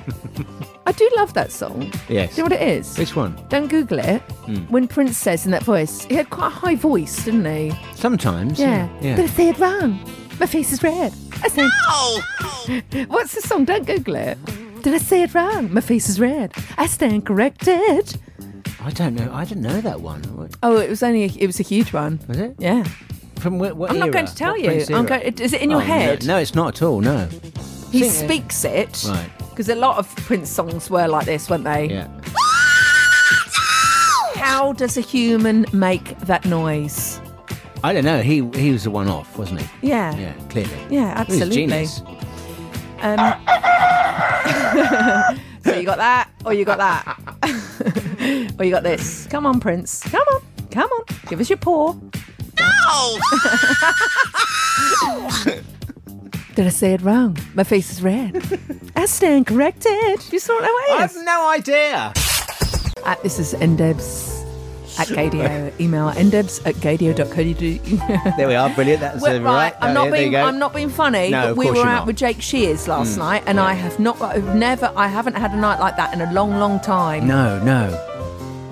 [SPEAKER 4] I do love that song.
[SPEAKER 5] Yes.
[SPEAKER 4] Do you know what it is?
[SPEAKER 5] Which one?
[SPEAKER 4] Don't Google it.
[SPEAKER 5] Hmm.
[SPEAKER 4] When Prince says in that voice, he had quite a high voice, didn't he?
[SPEAKER 5] Sometimes.
[SPEAKER 4] Yeah.
[SPEAKER 5] Yeah.
[SPEAKER 4] Did I say it wrong? My face is red. I stand. No! What's the song? Don't Google it. Did I say it wrong? My face is red. I stand corrected.
[SPEAKER 5] I don't know. I didn't know that one. What-
[SPEAKER 4] Oh, it was only a, it was a huge one.
[SPEAKER 5] Was it?
[SPEAKER 4] Yeah.
[SPEAKER 5] From wh- what
[SPEAKER 4] I'm not
[SPEAKER 5] era?
[SPEAKER 4] going to tell
[SPEAKER 5] What
[SPEAKER 4] you.
[SPEAKER 5] Prince
[SPEAKER 4] I'm
[SPEAKER 5] era?
[SPEAKER 4] going. Is it in your
[SPEAKER 5] Oh, no.
[SPEAKER 4] head?
[SPEAKER 5] No, it's not at all. No.
[SPEAKER 4] He
[SPEAKER 5] Sing it.
[SPEAKER 4] speaks it.
[SPEAKER 5] Right.
[SPEAKER 4] Because a lot of Prince songs were like this, weren't they?
[SPEAKER 5] Yeah.
[SPEAKER 4] How does a human make that noise?
[SPEAKER 5] I don't know. He he was the one off, wasn't he?
[SPEAKER 4] Yeah.
[SPEAKER 5] Yeah, clearly.
[SPEAKER 4] Yeah,
[SPEAKER 5] He was a
[SPEAKER 4] absolutely.
[SPEAKER 5] genius.
[SPEAKER 4] Um, so you got that, or you got that, or you got this. Come on, Prince. Come on, come on. Give us your paw. No. Did I say it wrong? My face is red. I stand corrected. You saw it away. I have
[SPEAKER 5] no idea.
[SPEAKER 4] At this is ndebs at gadio. Email ndebs at gadio.co.uk.
[SPEAKER 5] There we are. Brilliant. That's
[SPEAKER 4] Well,
[SPEAKER 5] uh,
[SPEAKER 4] right,
[SPEAKER 5] Oh,
[SPEAKER 4] I'm not
[SPEAKER 5] yeah, there you
[SPEAKER 4] being
[SPEAKER 5] go.
[SPEAKER 4] I'm not being funny,
[SPEAKER 5] No,
[SPEAKER 4] but
[SPEAKER 5] of
[SPEAKER 4] we
[SPEAKER 5] course
[SPEAKER 4] were
[SPEAKER 5] you're
[SPEAKER 4] out
[SPEAKER 5] not.
[SPEAKER 4] with Jake Shears last
[SPEAKER 5] Mm,
[SPEAKER 4] night, and I have not, I've never, I haven't had a night like that in a long, long time.
[SPEAKER 5] No, no.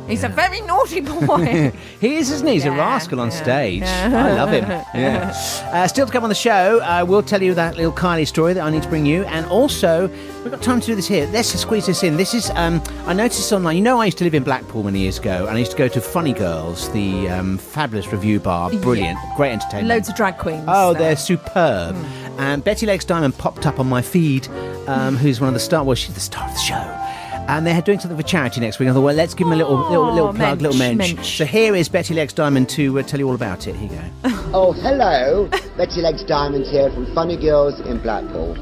[SPEAKER 4] he's a very naughty boy.
[SPEAKER 5] he is, isn't he? He's a rascal on stage.
[SPEAKER 4] yeah.
[SPEAKER 5] I love him. Yeah. Uh, still to come on the show, uh, we'll tell you that little Kylie story that I need to bring you, and also we've got time to do this here. Let's just squeeze this in. This is um, I noticed online. You know, I used to live in Blackpool many years ago, and I used to go to Funny Girls, the um, fabulous review bar. Brilliant, great entertainment.
[SPEAKER 4] Loads of drag queens.
[SPEAKER 5] Oh, they're superb. And Betty Legs Diamond popped up on my feed, um, who's one of the star. Well, she's the star of the show. And they're doing something for charity next week. I thought, well, let's give them a little, little, little plug, little
[SPEAKER 16] mensch,
[SPEAKER 5] Oh, mensch. So here is Betty Legs Diamond to uh, tell you all about it. Here you go.
[SPEAKER 16] Oh, hello. Betty Legs Diamonds here from Funny Girls in Blackpool.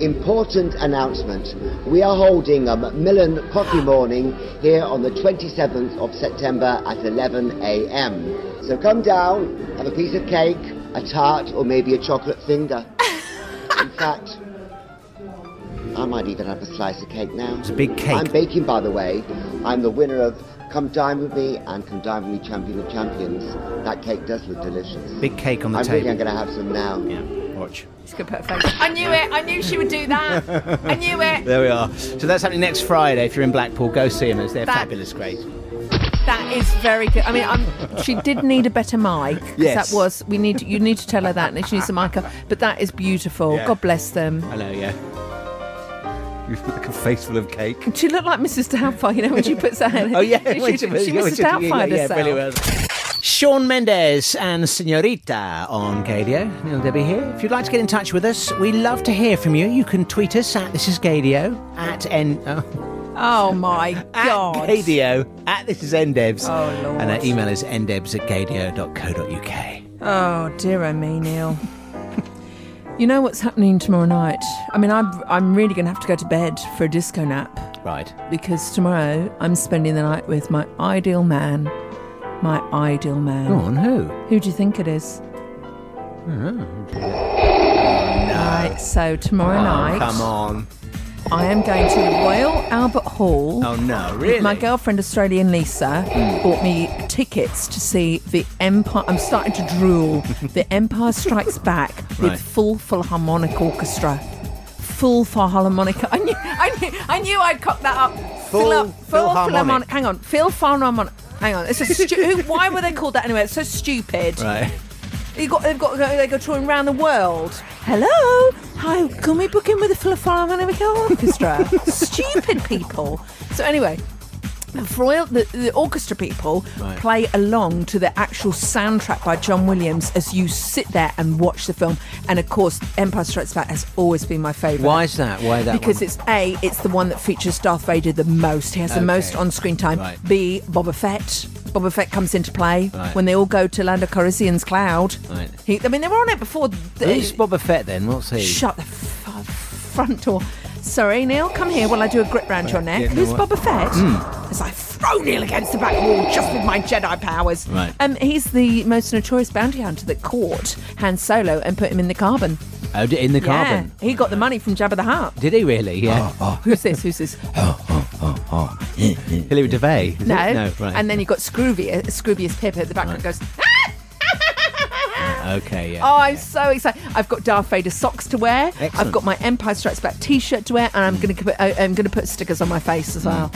[SPEAKER 16] Important announcement. We are holding a Macmillan Coffee Morning here on the 27th of September at 11 a.m. So come down, have a piece of cake, a tart, or maybe a chocolate finger. In fact, I might even have a slice of cake now. It's
[SPEAKER 5] a big cake.
[SPEAKER 16] I'm baking, by the way. I'm the winner of Come Dine With Me and Come Dine With Me Champion of Champions. That cake does look delicious.
[SPEAKER 5] Big cake on the
[SPEAKER 16] I
[SPEAKER 5] table.
[SPEAKER 16] really am going to have some now.
[SPEAKER 5] Yeah, watch.
[SPEAKER 4] She's gonna put her face. I knew it. I knew she would do that. I knew it.
[SPEAKER 5] There we are. So that's happening next Friday. If you're in Blackpool, go see them. They're
[SPEAKER 4] That-
[SPEAKER 5] fabulous, great.
[SPEAKER 4] That is very good. I mean, i she did need a better mic. 'cause
[SPEAKER 5] Yes.
[SPEAKER 4] That was. We need. You need to tell her that, and she needs a mic up. But that is beautiful.
[SPEAKER 17] Yeah.
[SPEAKER 4] God bless them.
[SPEAKER 5] Hello, yeah.
[SPEAKER 17] You've got like a face full of cake.
[SPEAKER 4] She looked like Mrs. Doubtfire, you know, when she puts that in.
[SPEAKER 5] Oh, yeah.
[SPEAKER 4] she,
[SPEAKER 5] Wait
[SPEAKER 4] she,
[SPEAKER 5] a minute.
[SPEAKER 4] she
[SPEAKER 5] Yeah,
[SPEAKER 4] Mrs.
[SPEAKER 5] wait a minute. Yeah,
[SPEAKER 4] Doubtfire
[SPEAKER 5] yeah,
[SPEAKER 4] herself.
[SPEAKER 5] brilliant. Sean Mendes and Senorita on Gadio. Neil Debbie here. If you'd like to get in touch with us, we love to hear from you. You can tweet us at This Is Gadio, at N. Oh.
[SPEAKER 4] Oh my god!
[SPEAKER 5] Gadio at this is ndebs
[SPEAKER 4] Oh, Lord.
[SPEAKER 5] and our email is ndebs at gadio.co.uk
[SPEAKER 4] Oh dear, oh me, Neil. you know what's happening tomorrow night? I mean, I'm I'm really going to have to go to bed for a disco nap
[SPEAKER 5] right
[SPEAKER 4] because tomorrow I'm spending the night with my ideal man. My ideal man.
[SPEAKER 5] Go on, who?
[SPEAKER 4] Who do you think it is? Right. So tomorrow night,
[SPEAKER 5] come on
[SPEAKER 4] I am going to the Royal Albert Hall.
[SPEAKER 5] Oh no, really?
[SPEAKER 4] My girlfriend Australian Lisa
[SPEAKER 5] Mm.
[SPEAKER 4] bought me tickets to see the Empire. I'm starting to drool. the Empire Strikes Back with
[SPEAKER 5] Right.
[SPEAKER 4] full Full Harmonic Orchestra. full philharmonica. I knew, I knew, I knew I'd cock that up.
[SPEAKER 5] Full
[SPEAKER 4] Philo-
[SPEAKER 5] philharmonic.
[SPEAKER 4] Hang on, Phil philharmonic. Hang on, it's a stu- who, Why were they called that anyway? It's so stupid.
[SPEAKER 5] Right.
[SPEAKER 4] You got, they've got, uh, they go touring around the world. Hello, hi, can we book in with the Philharmonic Orchestra? Stupid people. So anyway, the Royal, the, the orchestra people
[SPEAKER 15] Right.
[SPEAKER 4] play along to the actual soundtrack by John Williams as you sit there and watch the film. And of course, Empire Strikes Back has always been my favourite.
[SPEAKER 5] Why is that? Why that?
[SPEAKER 4] Because
[SPEAKER 5] one?
[SPEAKER 4] it's A, it's the one that features Darth Vader the most. He has the most
[SPEAKER 5] Okay.
[SPEAKER 4] on screen time.
[SPEAKER 5] Right.
[SPEAKER 4] B, Boba Fett. Boba Fett comes into play
[SPEAKER 5] Right.
[SPEAKER 4] when they all go to Lando Calrissian's cloud.
[SPEAKER 5] Right.
[SPEAKER 4] He, I mean, they were on it before. The,
[SPEAKER 5] Who's Boba Fett then? What's he?
[SPEAKER 4] Shut the f- front door. Sorry, Neil, come here while I do a grip round your neck.
[SPEAKER 5] Yeah, you know
[SPEAKER 4] Who's
[SPEAKER 5] what?
[SPEAKER 4] Boba Fett?
[SPEAKER 5] Mm.
[SPEAKER 4] As I throw Neil against the back wall just with my Jedi powers.
[SPEAKER 5] Right.
[SPEAKER 4] Um, he's the most notorious bounty hunter that caught Han Solo and put him in the carbon.
[SPEAKER 5] Oh, d- in the
[SPEAKER 4] Yeah,
[SPEAKER 5] carbon. Oh.
[SPEAKER 4] He got the money from Jabba the Hutt.
[SPEAKER 5] Did he really? Yeah.
[SPEAKER 4] Who's this? Who's this?
[SPEAKER 5] Hilary DeVay. is
[SPEAKER 4] No.
[SPEAKER 5] It? No. Right.
[SPEAKER 4] And then you got Scroobius, Scroobius Pip at the back that goes,
[SPEAKER 5] okay. Yeah.
[SPEAKER 4] Oh, I'm so excited. I've got Darth Vader socks to wear.
[SPEAKER 5] Excellent. Mm.
[SPEAKER 4] I've got my Empire Strikes Back t-shirt to wear and I'm going to put I- uh, I'm going to put stickers on my face as well.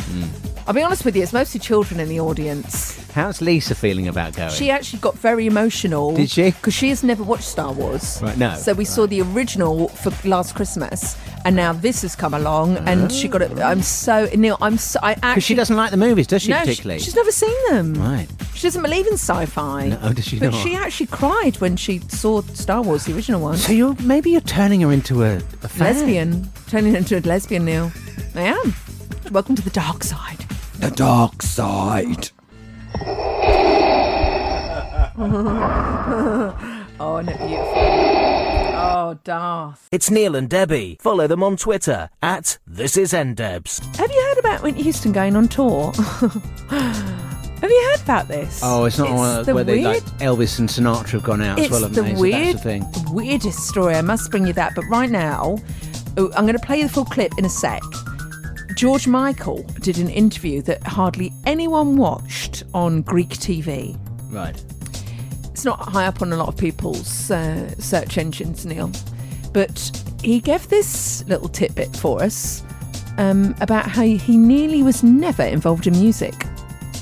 [SPEAKER 4] I'll be honest with you, it's mostly children in the audience.
[SPEAKER 5] How's Lisa feeling about going?
[SPEAKER 4] Oh. She actually got very emotional.
[SPEAKER 5] Did she?
[SPEAKER 4] Because she has never watched Star Wars.
[SPEAKER 5] Right, no.
[SPEAKER 4] So we saw the original for last Christmas, and now this has come along, and she got it. I'm so Neil. I'm so. I actually
[SPEAKER 5] Because she doesn't like the movies, does she?
[SPEAKER 4] no,
[SPEAKER 5] particularly.
[SPEAKER 4] she's never seen them.
[SPEAKER 5] Right.
[SPEAKER 4] She doesn't believe in sci-fi.
[SPEAKER 5] No, does she
[SPEAKER 4] But
[SPEAKER 5] not?
[SPEAKER 4] she actually cried when she saw Star Wars, the original one.
[SPEAKER 5] So you're maybe you're turning her into a, a fan.
[SPEAKER 4] lesbian, turning into a lesbian now. I am. Welcome to the dark side.
[SPEAKER 5] The dark side.
[SPEAKER 4] oh, no, beautiful. Oh, Darth.
[SPEAKER 13] It's Neil and Debbie. Follow them on Twitter at This Is NDebs.
[SPEAKER 4] Have you heard about Whitney Houston going on tour? Have you heard about this?
[SPEAKER 5] Oh, it's not one of-
[SPEAKER 4] the
[SPEAKER 5] where they like
[SPEAKER 4] weird-
[SPEAKER 5] Elvis and Sinatra have gone out
[SPEAKER 4] It's
[SPEAKER 5] as well. haven't
[SPEAKER 4] the
[SPEAKER 5] they? So
[SPEAKER 4] weird,
[SPEAKER 5] that's the thing.
[SPEAKER 4] weirdest story. I must bring you that. But right now, oh, I'm going to play you the full clip in a sec. George Michael did an interview that hardly anyone watched on Greek TV.
[SPEAKER 5] Right.
[SPEAKER 4] It's not high up on a lot of people's uh, search engines, Neil. But he gave this little tidbit for us um, about how he nearly was never involved in music.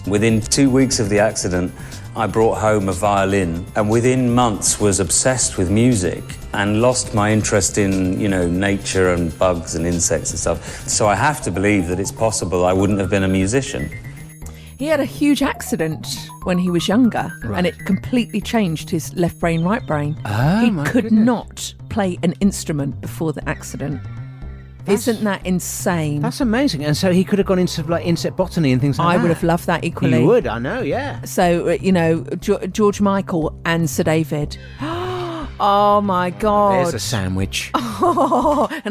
[SPEAKER 11] Within two weeks of the accident, I brought home a violin and within months was obsessed with music and lost my interest in, you know, nature and bugs and insects and stuff. So I have to believe that it's possible I wouldn't have been a musician.
[SPEAKER 4] He had a huge accident when he was younger, and it completely changed his left brain, right brain.
[SPEAKER 5] Oh,
[SPEAKER 4] he
[SPEAKER 5] my
[SPEAKER 4] could
[SPEAKER 5] goodness.
[SPEAKER 4] not play an instrument before the accident. Isn't that insane?
[SPEAKER 5] That's amazing. And so he could have gone into like insect botany and things like
[SPEAKER 4] I
[SPEAKER 5] that.
[SPEAKER 4] would have loved that equally.
[SPEAKER 5] You would, I know, yeah.
[SPEAKER 4] So, uh, you know, Ge- George Michael and Sir David. oh my God.
[SPEAKER 5] There's a sandwich.
[SPEAKER 4] and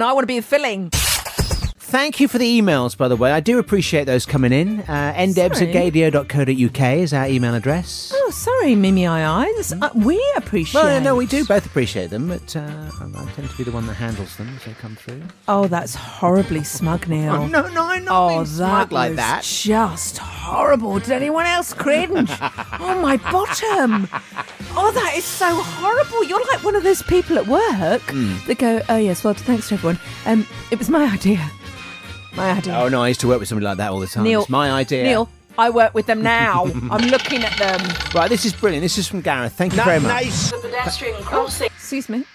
[SPEAKER 4] I want to be a filling.
[SPEAKER 5] Thank you for the emails, by the way. I do appreciate those coming in. Uh, ndebs
[SPEAKER 4] Sorry.
[SPEAKER 5] at gadio.co.uk is our email address.
[SPEAKER 4] Oh, sorry, Mimi I I. This- uh, we appreciate
[SPEAKER 5] Well, no, we do both appreciate them, but uh, I I tend to be the one that handles them as they come through.
[SPEAKER 4] Oh, that's horribly smug, Neil.
[SPEAKER 5] Oh, no, no, I'm not being smug like
[SPEAKER 4] was
[SPEAKER 5] that.
[SPEAKER 4] Just horrible. Did anyone else cringe? oh my bottom. Oh, that is so horrible. You're like one of those people at work
[SPEAKER 5] Mm.
[SPEAKER 4] that go, "Oh yes, well, thanks to everyone. Um, it was my idea. My idea."
[SPEAKER 5] Oh, no, I used to work with somebody like that all the time.
[SPEAKER 4] Neil,
[SPEAKER 5] it's my idea.
[SPEAKER 4] Neil, I work with them now. I'm looking at them.
[SPEAKER 5] Right, this is brilliant. This is from Gareth. Thank you very much.
[SPEAKER 4] pedestrian crossing. excuse me.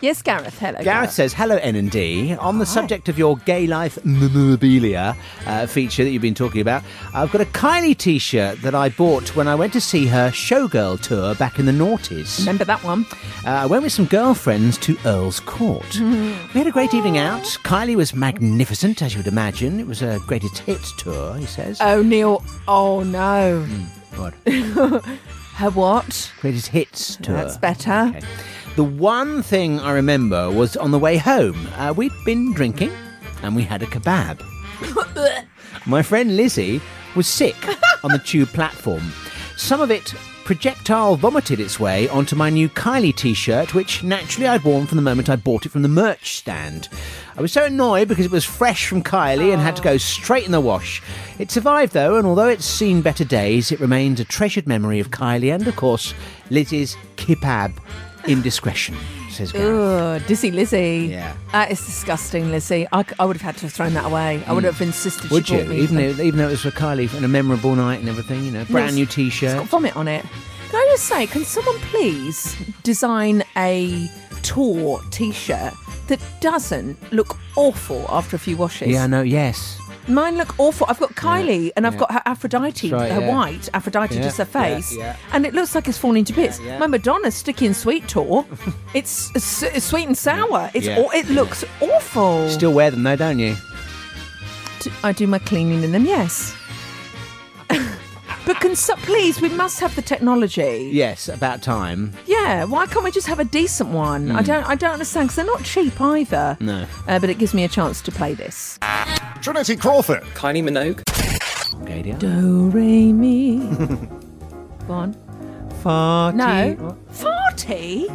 [SPEAKER 4] Yes, Gareth. Hello.
[SPEAKER 5] Gareth says, "Hello N and D. On the subject of your gay life memorabilia uh, feature that you've been talking about, I've got a Kylie T-shirt that I bought when I went to see her Showgirl tour back in the noughties.
[SPEAKER 4] Remember that one?
[SPEAKER 5] Uh, I went with some girlfriends to Earl's Court.
[SPEAKER 4] Mm-hmm.
[SPEAKER 5] We had a great evening out. Kylie was magnificent, as you would imagine. It was a greatest hits tour. He says,
[SPEAKER 4] Oh, Neil. Oh no.
[SPEAKER 5] Hmm. "What
[SPEAKER 4] Her what?
[SPEAKER 5] greatest hits tour?"
[SPEAKER 4] That's better.
[SPEAKER 5] The one thing I remember was on the way home, uh, we'd been drinking and we had a kebab. My friend Lizzie was sick on the tube platform. Some of it projectile vomited its way onto my new Kylie t shirt, which naturally I'd worn from the moment I bought it from the merch stand. I was so annoyed because it was fresh from Kylie and had to go straight in the wash. It survived though, and although it's seen better days, it remains a treasured memory of Kylie and, of course, Lizzie's kebab Indiscretion, says Gareth.
[SPEAKER 4] Ooh, Uh, dizzy Lizzie.
[SPEAKER 5] Yeah.
[SPEAKER 4] That is disgusting, Lizzie. I, c- I would have had to have thrown that away. I would have insisted
[SPEAKER 5] Mm. Would
[SPEAKER 4] she
[SPEAKER 5] you?
[SPEAKER 4] bought me
[SPEAKER 5] Even
[SPEAKER 4] them.
[SPEAKER 5] though, even though it was for Kylie and a memorable night and everything, you know, brand
[SPEAKER 4] it's-
[SPEAKER 5] new
[SPEAKER 4] It's got
[SPEAKER 5] T-shirt.
[SPEAKER 4] vomit on it. Can I just say, can someone please design a tour T-shirt that doesn't look awful after a few washes?
[SPEAKER 5] Yeah, I know. Yes,
[SPEAKER 4] Mine look awful. I've got Kylie and I've
[SPEAKER 5] yeah.
[SPEAKER 4] got her Aphrodite,
[SPEAKER 5] That's right,
[SPEAKER 4] her
[SPEAKER 5] yeah.
[SPEAKER 4] white Aphrodite,
[SPEAKER 5] Yeah,
[SPEAKER 4] just her
[SPEAKER 5] yeah,
[SPEAKER 4] face,
[SPEAKER 5] yeah.
[SPEAKER 4] and it looks like it's falling to bits.
[SPEAKER 5] yeah.
[SPEAKER 4] My Madonna's sticking sweet tour. it's, s sweet and sour. It's
[SPEAKER 5] Yeah,
[SPEAKER 4] aw- it looks awful.
[SPEAKER 5] still wear them though, don't you?
[SPEAKER 4] D- I do my cleaning in them. Yes. But can so- please, we must have the technology.
[SPEAKER 5] Yes, about time.
[SPEAKER 4] Yeah, why can't we just have a decent one? I
[SPEAKER 5] Mm.
[SPEAKER 4] don't, I don't understand because they're not cheap either.
[SPEAKER 5] No.
[SPEAKER 4] Uh, but it gives me a chance to play this.
[SPEAKER 15] Trinity Crawford. Kylie Minogue.
[SPEAKER 4] Do re mi. Go on.
[SPEAKER 5] Farty.
[SPEAKER 4] No. Farty?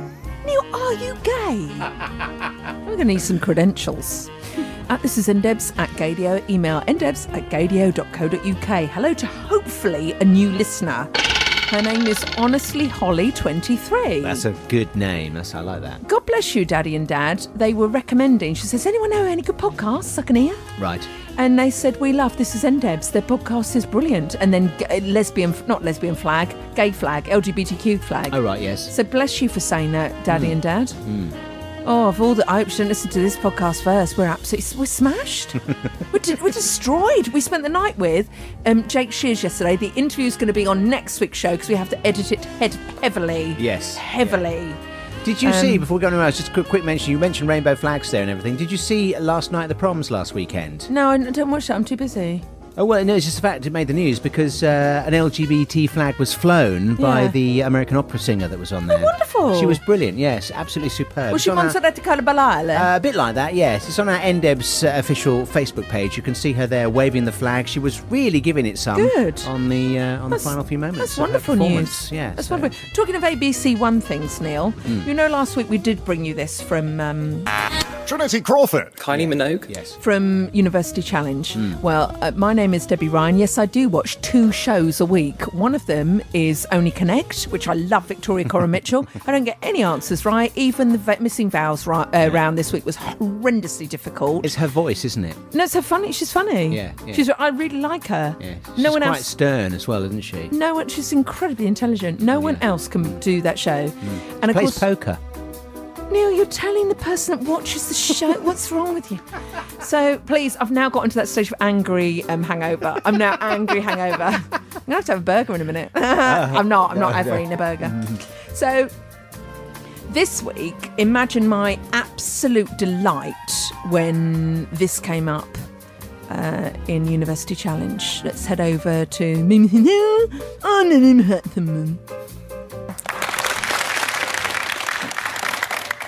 [SPEAKER 4] Neil, are you gay? We're going to need some credentials. Uh, this is ndebs at gadio. Email ndebs at gadio.co.uk. Hello to hopefully a new listener. Her name is Honestly Holly23.
[SPEAKER 5] That's a good name. That's I like that.
[SPEAKER 4] God bless you, Daddy and Dad. They were recommending. She says, anyone know any good podcasts I can hear?
[SPEAKER 5] Right.
[SPEAKER 4] And they said, we love this is NDebs. Their podcast is brilliant. And then g- uh, lesbian, not lesbian flag, gay flag, LGBTQ flag.
[SPEAKER 5] Oh right. Yes.
[SPEAKER 4] So bless you for saying that, Daddy
[SPEAKER 5] Mm.
[SPEAKER 4] and Dad.
[SPEAKER 5] Mm.
[SPEAKER 4] Oh, of all the, I hope she didn't listen to this podcast first. We're absolutely, we're smashed. we're, de- we're destroyed. We spent the night with um, Jake Shears yesterday. The interview's going to be on next week's show because we have to edit it head- heavily.
[SPEAKER 5] Yes.
[SPEAKER 4] Heavily.
[SPEAKER 5] Did you
[SPEAKER 4] Um,
[SPEAKER 5] see before we go anywhere else? Just a quick, quick mention. You mentioned rainbow flags there and everything. Did you see last night at the proms last weekend?
[SPEAKER 4] No, I don't watch that. I'm too busy.
[SPEAKER 5] Oh well, no. It's just the fact it made the news because uh, an LGBT flag was flown by
[SPEAKER 4] Yeah.
[SPEAKER 5] the American opera singer that was on there.
[SPEAKER 4] wonderful.
[SPEAKER 5] She was brilliant. Yes, absolutely superb.
[SPEAKER 4] Was
[SPEAKER 5] It's
[SPEAKER 4] she
[SPEAKER 5] on our- uh,
[SPEAKER 4] Monserrat Carlo Balale?
[SPEAKER 5] A bit like that, yes. It's on our NDeb's uh, official Facebook page. You can see her there waving the flag. She was really giving it some
[SPEAKER 4] Good.
[SPEAKER 5] on the uh, on
[SPEAKER 4] That's-
[SPEAKER 5] the final few moments.
[SPEAKER 4] That's
[SPEAKER 5] of her
[SPEAKER 4] wonderful news.
[SPEAKER 5] performance. Yeah,
[SPEAKER 4] That's
[SPEAKER 5] so-
[SPEAKER 4] wonderful. Talking of ABC One things, Neil,
[SPEAKER 5] Mm.
[SPEAKER 4] you know last week we did bring you this from um,
[SPEAKER 15] Trinity Crawford. Kylie Minogue. Yes.
[SPEAKER 4] from University Challenge.
[SPEAKER 5] Hmm.
[SPEAKER 4] Well, uh, my name is Debbie Ryan. Yes, I do watch two shows a week. One of them is Only Connect, which I love Victoria Cora Mitchell. I don't get any answers right. Even the v- missing vowels right, uh, round this week was horrendously difficult.
[SPEAKER 5] It's her voice, isn't it?
[SPEAKER 4] no, it's so funny. She's funny.
[SPEAKER 5] Yeah, yeah.
[SPEAKER 4] She's. I really like her.
[SPEAKER 5] Yeah. She's
[SPEAKER 4] No one
[SPEAKER 5] quite
[SPEAKER 4] else.
[SPEAKER 5] stern as well, isn't she?
[SPEAKER 4] No one. She's incredibly intelligent. No one else can do that show. And of
[SPEAKER 5] Hmm. Plays
[SPEAKER 4] course,
[SPEAKER 5] poker.
[SPEAKER 4] Neil, you're telling the person that watches the show. What's wrong with you? So please, I've now got into that stage of angry um, hangover. I'm now angry hangover. I'm gonna have to have a burger in a minute. I'm not. I'm not
[SPEAKER 10] no,
[SPEAKER 4] ever
[SPEAKER 10] no.
[SPEAKER 4] eating a burger. So this week, imagine my absolute delight when this came up uh, in University Challenge. Let's head over to Mimi Hill Oh, and Mimi Hetman.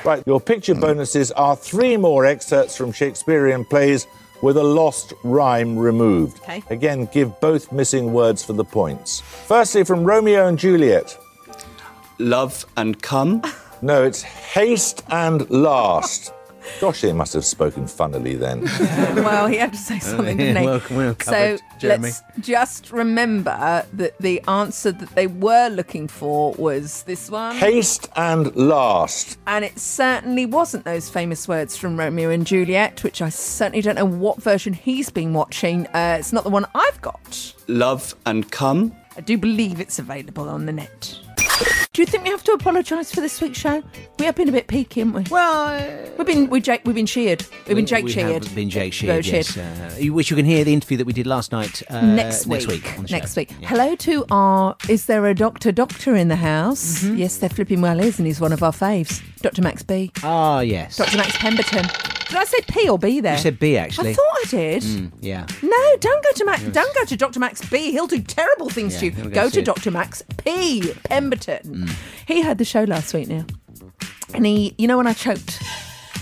[SPEAKER 18] Right, your picture
[SPEAKER 11] Mm.
[SPEAKER 18] bonuses are three more excerpts from Shakespearean plays with a lost rhyme removed.
[SPEAKER 4] Okay.
[SPEAKER 18] Again, give both missing words for the points. Firstly, from Romeo and Juliet. Love and come? No, it's haste and last. Gosh, they must have spoken funnily then.
[SPEAKER 4] well, he had to say something,
[SPEAKER 18] yeah,
[SPEAKER 4] didn't he?
[SPEAKER 18] well- well covered,
[SPEAKER 4] so
[SPEAKER 18] Jeremy.
[SPEAKER 4] let's just remember that the answer that they were looking for was this one.
[SPEAKER 18] haste and last.
[SPEAKER 4] And it certainly wasn't those famous words from Romeo and Juliet, which I certainly don't know what version he's been watching. Uh, it's not the one I've got.
[SPEAKER 15] Love and come.
[SPEAKER 4] I do believe it's available on the net. Do you think we have to apologise for this week's show? We have been a bit peaky, haven't we?
[SPEAKER 5] Well,
[SPEAKER 4] we've been we Jake, we've been cheered. We've been Jake
[SPEAKER 5] we
[SPEAKER 4] cheered.
[SPEAKER 5] Have been Jake
[SPEAKER 4] Go
[SPEAKER 5] Sheard, yes. Uh, which you can hear the interview that we did last night. Uh,
[SPEAKER 4] next week.
[SPEAKER 5] Next week. on the
[SPEAKER 4] Next
[SPEAKER 5] show.
[SPEAKER 4] week. Hello to our. Is there a doctor? Doctor in the house?
[SPEAKER 5] Mm-hmm.
[SPEAKER 4] Yes, there flipping well is, and he's one of our faves. Dr. Max B.
[SPEAKER 5] Ah, yes.
[SPEAKER 4] Dr. Max Pemberton. Did I say P or B there?
[SPEAKER 5] You said B, actually.
[SPEAKER 4] I thought I did.
[SPEAKER 5] Mm, yeah.
[SPEAKER 4] No, don't go to Max.
[SPEAKER 5] Yes.
[SPEAKER 4] Don't go to Dr. Max B. He'll do terrible things
[SPEAKER 5] Yeah,
[SPEAKER 4] to you.
[SPEAKER 5] he'll go
[SPEAKER 4] Go to
[SPEAKER 5] see it. Mm.
[SPEAKER 4] Dr. Max P. Pemberton. He had the show last week now, and he, you know, when I choked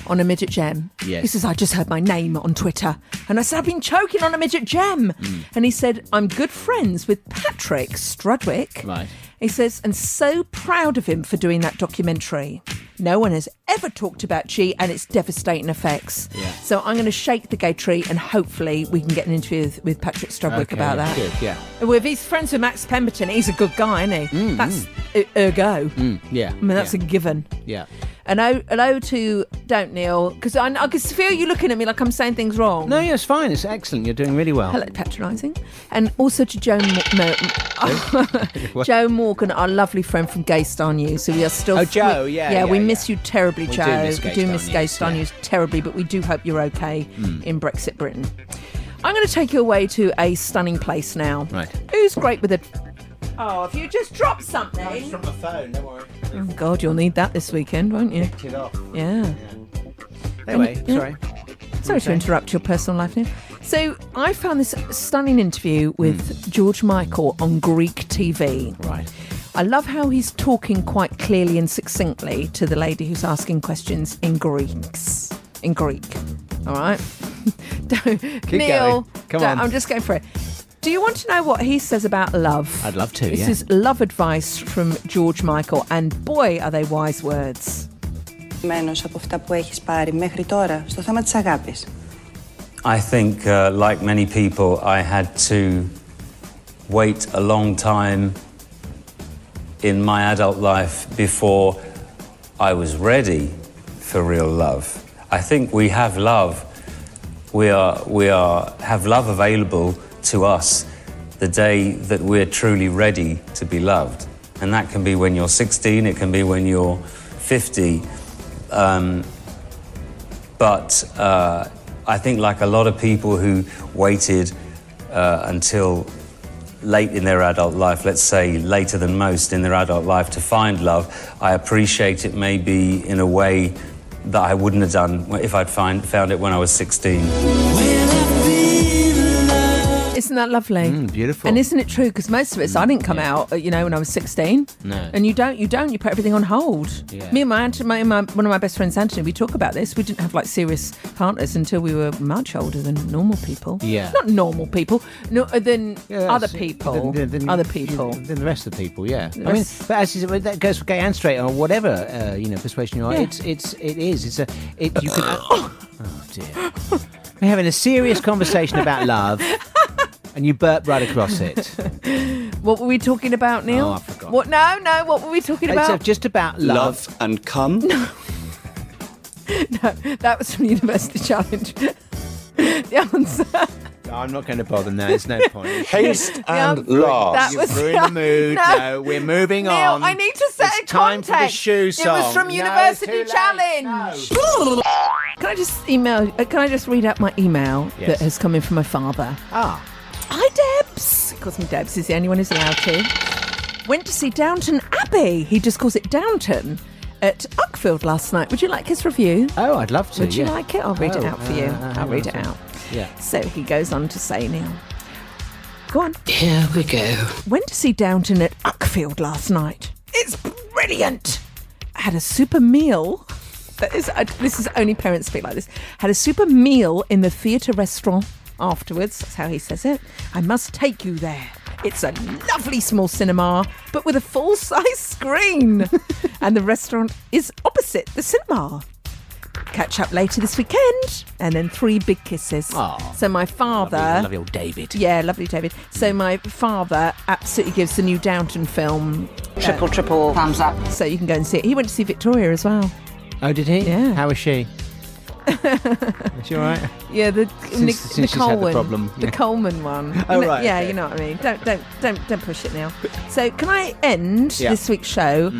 [SPEAKER 4] on a midget gem,
[SPEAKER 10] Yes.
[SPEAKER 4] he says I just heard my name on Twitter, and I said I've been choking on a midget gem,
[SPEAKER 5] Mm.
[SPEAKER 4] and he said I'm good friends with Patrick Strudwick.
[SPEAKER 5] Right.
[SPEAKER 4] He says, and so proud of him for doing that documentary. No one has ever talked about G and its devastating effects.
[SPEAKER 5] Yeah.
[SPEAKER 4] So I'm going to shake the gay tree and hopefully we can get an interview with, with Patrick Strobwick
[SPEAKER 5] Okay,
[SPEAKER 4] about that.
[SPEAKER 5] Good, yeah.
[SPEAKER 4] With his friends with Max Pemberton, he's a good guy, isn't he? that's e- ergo.
[SPEAKER 5] Mm, yeah.
[SPEAKER 4] I mean, that's
[SPEAKER 5] yeah.
[SPEAKER 4] a given.
[SPEAKER 5] Yeah.
[SPEAKER 4] An O, an o oh to don't kneel because I, I can feel you looking at me like I'm saying things wrong.
[SPEAKER 5] No, yeah, it's fine. It's excellent. You're doing really well.
[SPEAKER 4] Hello, patronising, and also to Joan Mo- Mo-
[SPEAKER 5] What?
[SPEAKER 4] Joe Morgan, our lovely friend from Gay Star News, who we are still.
[SPEAKER 5] Oh, Jo,
[SPEAKER 4] we-
[SPEAKER 5] yeah,
[SPEAKER 4] yeah,
[SPEAKER 5] yeah,
[SPEAKER 4] we
[SPEAKER 5] yeah.
[SPEAKER 4] miss you terribly,
[SPEAKER 5] We do
[SPEAKER 4] Joe.
[SPEAKER 5] miss
[SPEAKER 4] we
[SPEAKER 5] Gay
[SPEAKER 4] do
[SPEAKER 5] Star
[SPEAKER 4] miss
[SPEAKER 5] News,
[SPEAKER 4] Gay Star
[SPEAKER 5] yeah.
[SPEAKER 4] News terribly, but we do hope you're okay
[SPEAKER 5] Mm.
[SPEAKER 4] in Brexit Britain. I'm going to take you away to a stunning place now.
[SPEAKER 5] Right.
[SPEAKER 4] Who's great with a? Oh, if you just drop something.
[SPEAKER 5] from my phone. Don't worry.
[SPEAKER 4] Oh God, you'll need that this weekend, won't you?
[SPEAKER 5] Picked it up.
[SPEAKER 4] Yeah.
[SPEAKER 5] Anyway,
[SPEAKER 4] Yeah.
[SPEAKER 5] sorry.
[SPEAKER 4] Sorry to interrupt your personal life now. So I found this stunning interview with George Michael on Greek TV.
[SPEAKER 5] Hmm. Right.
[SPEAKER 4] I love how he's talking quite clearly and succinctly to the lady who's asking questions in Greeks. In Greek. All right. Don't, Neil,
[SPEAKER 5] going. Come
[SPEAKER 4] don't-
[SPEAKER 5] on.
[SPEAKER 4] I'm just going for it. Do you want to know what he says about love?
[SPEAKER 5] I'd love to,
[SPEAKER 4] This
[SPEAKER 5] yeah.
[SPEAKER 4] is love advice from George Michael, and boy, are they wise words.
[SPEAKER 12] Μένος από αυτά που έχεις πάρει μέχρι τώρα στο θέμα της αγάπης.
[SPEAKER 11] I think, uh, like many people, I had to wait a long time in my adult life before I was ready for real love. I think we have love. We are, we are, have love available to us the day that we're truly ready to be loved. And that can be when you're 16, it can be when you're 50. Um, but uh, I think, like a lot of people who waited uh, until late in their adult life, let's say later than most in their adult life, to find love, I appreciate it maybe in a way that I wouldn't have done if I'd find, found it when I was 16.
[SPEAKER 4] Isn't that lovely?
[SPEAKER 5] Hmm, Mm, beautiful.
[SPEAKER 4] And isn't it true? Because most of us, I didn't come out, uh, you know, when I was 16.
[SPEAKER 5] No.
[SPEAKER 4] And you don't, you don't, you put everything on hold.
[SPEAKER 5] Yeah.
[SPEAKER 4] Me and my, aunt, my, my, one of my best friends, Anthony, we talk about this. We didn't have like serious partners until we were much older than normal people.
[SPEAKER 5] Yeah.
[SPEAKER 4] Not normal people, no, uh, than other
[SPEAKER 5] that's it.
[SPEAKER 4] people.
[SPEAKER 5] Then- then-
[SPEAKER 4] other people.
[SPEAKER 5] Than the rest of the people, yeah.
[SPEAKER 4] The
[SPEAKER 5] I mean,
[SPEAKER 4] rest-
[SPEAKER 5] but as you said, that goes for gay and straight or whatever uh, you know persuasion you are.
[SPEAKER 4] Yeah.
[SPEAKER 5] It's it's it is. It's a it you can. oh dear. We're having a serious conversation about love, and you burp right across it. uh,
[SPEAKER 4] What were we talking about, Neil?
[SPEAKER 5] Oh, I forgot.
[SPEAKER 4] What? No, no. What were we talking
[SPEAKER 5] It's uh,
[SPEAKER 4] about?
[SPEAKER 5] just about love. and come.
[SPEAKER 4] that was from University Challenge. the answer.
[SPEAKER 5] I'm not going to bother now. There's no point.
[SPEAKER 4] Haste Yeah, and last. that
[SPEAKER 5] You've
[SPEAKER 4] was-
[SPEAKER 5] ruined the mood.
[SPEAKER 4] No.
[SPEAKER 5] No, we're moving
[SPEAKER 4] Neil,
[SPEAKER 5] on.
[SPEAKER 4] I need to set
[SPEAKER 5] It's
[SPEAKER 4] a
[SPEAKER 5] time
[SPEAKER 4] context.
[SPEAKER 5] for the shoe song.
[SPEAKER 4] It was from
[SPEAKER 5] No,
[SPEAKER 4] University
[SPEAKER 5] it's too late.
[SPEAKER 4] Challenge. Can I just email? uh, Can I just read out my email
[SPEAKER 5] Yes.
[SPEAKER 4] that has come in from my father?
[SPEAKER 5] Ah.
[SPEAKER 4] Hi, Debs. He calls me Debs. He's the only one who's allowed to. Went to see Downton Abbey. He just calls it Downton at Uckfield last night. Would you like his review?
[SPEAKER 5] Oh, I'd love to.
[SPEAKER 4] Would you
[SPEAKER 5] yeah.
[SPEAKER 4] like it? I'll read it
[SPEAKER 5] Oh,
[SPEAKER 4] out for you.
[SPEAKER 5] uh, uh,
[SPEAKER 4] I'll
[SPEAKER 5] hang
[SPEAKER 4] read it
[SPEAKER 5] on a sec.
[SPEAKER 4] out.
[SPEAKER 5] Yeah.
[SPEAKER 4] So he goes on to say, Neil. Go on.
[SPEAKER 19] Here we go.
[SPEAKER 4] Went to see Downton at Uckfield last night. It's brilliant. Had a super meal. That is, I, this is only parents speak like this. Had a super meal in the theatre restaurant afterwards. That's how he says it. I must take you there. It's a lovely small cinema, but with a full size screen. and the restaurant is opposite the cinema catch up later this weekend. And then three big kisses. So my father.
[SPEAKER 5] Lovely- lovely old David.
[SPEAKER 4] Yeah, lovely David. So my father absolutely gives the new Downton film.
[SPEAKER 5] Triple,
[SPEAKER 4] triple thumbs up. So you can go and see it. He went to see Victoria as well.
[SPEAKER 5] Oh, did he?
[SPEAKER 4] Yeah.
[SPEAKER 5] How is she? is she all right?
[SPEAKER 4] Yeah, the
[SPEAKER 5] Since-
[SPEAKER 4] Nic-
[SPEAKER 5] since
[SPEAKER 4] the
[SPEAKER 5] she's had the
[SPEAKER 4] Coleman,
[SPEAKER 5] problem, yeah.
[SPEAKER 4] Coleman one.
[SPEAKER 5] Oh,
[SPEAKER 4] You know-
[SPEAKER 5] right,
[SPEAKER 4] Yeah,
[SPEAKER 5] okay.
[SPEAKER 4] you know what I mean. Don't don't don't don't push it now. So can I end
[SPEAKER 5] Yeah. Mm.
[SPEAKER 4] this week's show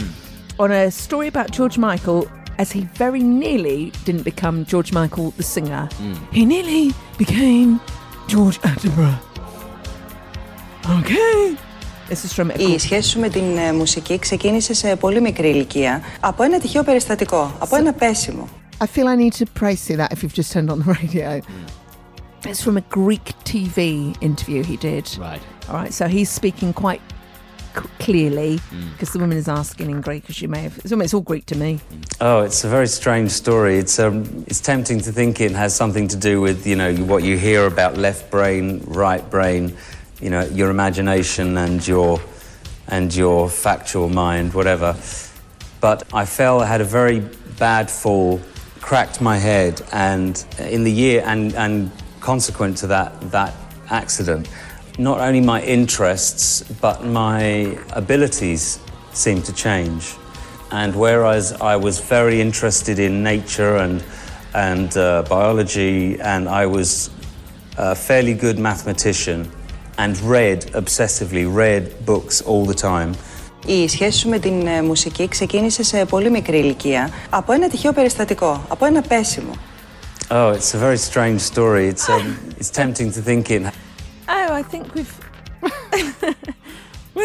[SPEAKER 4] on a story about George Michael as he very nearly didn't become George Michael the singer.
[SPEAKER 5] Mm.
[SPEAKER 4] He nearly became George Attenborough. Okay. This is from
[SPEAKER 12] Η σχέση σου με την ε, μουσική ξεκίνησε σε πολύ μικρή ηλικία. Από ένα τυχαίο περιστατικό, από ένα πέσιμο.
[SPEAKER 4] I feel I need to praise you that if you've just turned on the radio.
[SPEAKER 5] Mm.
[SPEAKER 4] It's from a Greek TV interview he did. Right. All right. So he's speaking quite c- clearly
[SPEAKER 11] Mm.
[SPEAKER 4] because the woman is asking in Greek, as you may have. It's almost all Greek to me.
[SPEAKER 11] Oh, it's a very strange story. It's, um, it's tempting to think it has something to do with, you know, what you hear about left brain, right brain, you know, your imagination and your, and your factual mind, whatever. but I fell, I had a very bad fall, cracked my head, and in the year and, and consequent to that, that accident, not only my interests, but my abilities seemed to change. And whereas I was very interested in nature and, and uh, biology, and I was a fairly good mathematician and read obsessively, read books all the time.
[SPEAKER 20] Η σχέση σου με την ε, μουσική ξεκίνησε σε πολύ μικρή ηλικία από ένα τυχαίο περιστατικό, από ένα πέσιμο.
[SPEAKER 11] Oh, it's a very strange story. It's, um, it's tempting to think it.
[SPEAKER 21] Oh, I think we've.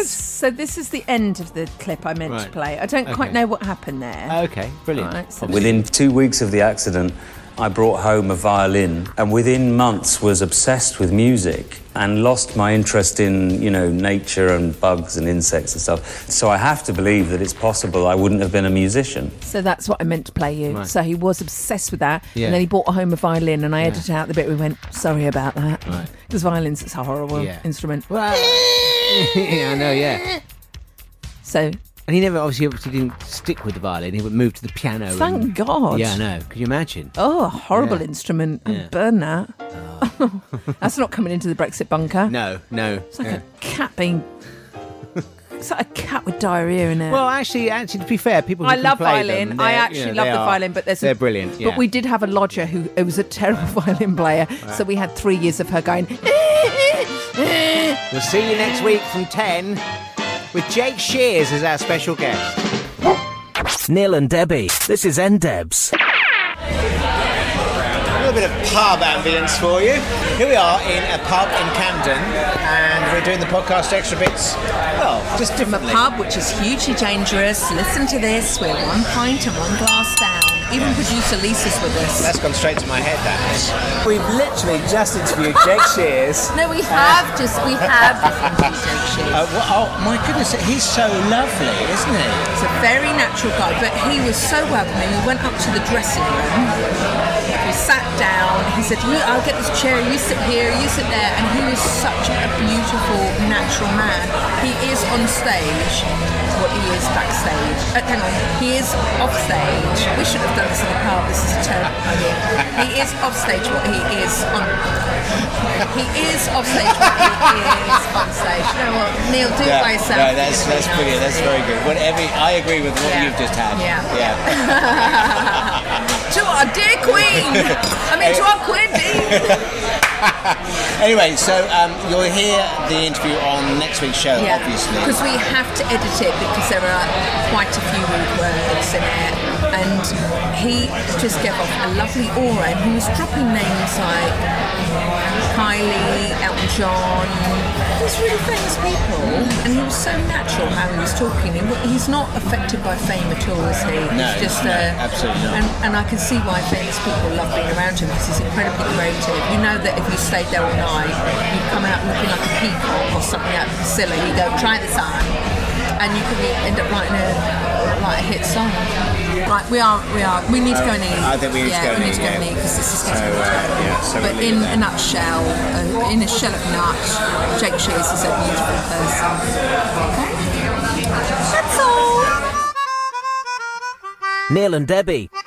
[SPEAKER 21] so this is the end of the clip I meant to
[SPEAKER 11] Right.
[SPEAKER 21] play. I don't quite
[SPEAKER 11] Okay. Uh,
[SPEAKER 21] know what happened there.
[SPEAKER 5] Oh, Okay, brilliant.
[SPEAKER 21] Right, so-
[SPEAKER 11] Within two weeks of the accident, I brought home a violin and within months was obsessed with music and lost my interest in, you know, nature and bugs and insects and stuff. So I have to believe that it's possible I wouldn't have been a musician.
[SPEAKER 21] So that's what I meant to play you.
[SPEAKER 11] Right.
[SPEAKER 21] So he was obsessed with that,
[SPEAKER 11] Yeah.
[SPEAKER 21] and then he bought home a violin, and I
[SPEAKER 11] Yeah.
[SPEAKER 21] edited out the bit we went, "Sorry about that," because violin's it's a horrible
[SPEAKER 5] Yeah.
[SPEAKER 21] instrument.
[SPEAKER 5] yeah, I know, yeah.
[SPEAKER 21] So.
[SPEAKER 5] And he never, obviously, obviously didn't stick with the violin. He would move to the piano. and-
[SPEAKER 21] Thank God.
[SPEAKER 5] Yeah, I know. Could you imagine?
[SPEAKER 21] Oh, a horrible
[SPEAKER 5] Yeah.
[SPEAKER 21] instrument!
[SPEAKER 5] Yeah.
[SPEAKER 21] And burn that.
[SPEAKER 11] Oh.
[SPEAKER 21] that's not coming into the Brexit bunker.
[SPEAKER 5] No, no.
[SPEAKER 21] It's like
[SPEAKER 5] Yeah.
[SPEAKER 21] a cat being. it's like a cat with diarrhea in it.
[SPEAKER 5] Well, actually, actually, to be fair, people. Who
[SPEAKER 21] I
[SPEAKER 5] can
[SPEAKER 21] love
[SPEAKER 5] play
[SPEAKER 21] violin.
[SPEAKER 5] them,
[SPEAKER 21] I
[SPEAKER 5] they're-
[SPEAKER 21] actually
[SPEAKER 5] you know,
[SPEAKER 21] love
[SPEAKER 5] they
[SPEAKER 21] the
[SPEAKER 5] are-
[SPEAKER 21] violin, but there's
[SPEAKER 5] they're
[SPEAKER 21] a,
[SPEAKER 5] brilliant. Yeah.
[SPEAKER 21] But we did have a lodger who who was a terrible violin player, so we had three years of her going. "Eh,
[SPEAKER 5] We'll see you next week from ten with Jake Shears as our special guest.
[SPEAKER 16] Neil and Debbie, this is NDebs.
[SPEAKER 9] A little bit of pub ambience for you. Here we are in a pub in Camden, and we're doing the podcast extra bits. Well, just
[SPEAKER 4] from a
[SPEAKER 9] differently.
[SPEAKER 4] pub, which is hugely dangerous. Listen to this. We're one pint and one glass down. Even producer Lisa's with us.
[SPEAKER 9] That's gone straight to my head. That is.
[SPEAKER 22] We've literally just interviewed Jake Shears.
[SPEAKER 4] No, we have just we have.
[SPEAKER 9] Uh, well, oh my goodness, he's so lovely, isn't he?
[SPEAKER 4] It's a very natural guy, but he was so welcoming. We went up to the dressing room. We sat down. He said, "You, I'll get this chair. You sit here. You sit there." And he was such a beautiful, natural man. He is on stage. What he is backstage. Uh, hang on. He is off stage. We should have done this in the pub. This is a terrible idea. He is off stage. What he is on. He is off stage. What he is on stage. You know what? Neil, do it by yourself.
[SPEAKER 9] no, that's that's brilliant. That's very good. Whatever, I agree with what
[SPEAKER 4] Yeah.
[SPEAKER 9] you've just had.
[SPEAKER 4] Yeah.
[SPEAKER 9] yeah.
[SPEAKER 4] to our dear queen. I mean, to our queen bee.
[SPEAKER 9] Anyway, so um, you'll hear the interview on next week's show, obviously.
[SPEAKER 4] because we have to edit it because there are quite a few rude words in it. And he just gave off a lovely aura, and he was dropping names like Kylie, Elton John. These really famous people, and he was so natural how he was talking. He- He's not affected by fame at all, is he?
[SPEAKER 9] No,
[SPEAKER 4] he's just
[SPEAKER 9] no,
[SPEAKER 4] a
[SPEAKER 9] absolutely not.
[SPEAKER 4] And, and I can see why famous people love being around him because he's incredibly creative. You know that if you stayed there all night, you'd come out looking like a peacock or something out silly. You go try this on, and you could end up writing a like a hit song. Right, we are, we are, we need to go and eat.
[SPEAKER 9] I think we need to
[SPEAKER 4] yeah,
[SPEAKER 9] go and
[SPEAKER 4] we need
[SPEAKER 9] eat,
[SPEAKER 4] to go and
[SPEAKER 9] yeah.
[SPEAKER 4] eat because this is getting
[SPEAKER 9] So, uh, yeah, so
[SPEAKER 4] But
[SPEAKER 9] we'll leave
[SPEAKER 4] in
[SPEAKER 9] it
[SPEAKER 4] a nutshell, uh, in a shell of nuts, Jake Shears is a beautiful person. That's all.
[SPEAKER 16] Neil and Debbie,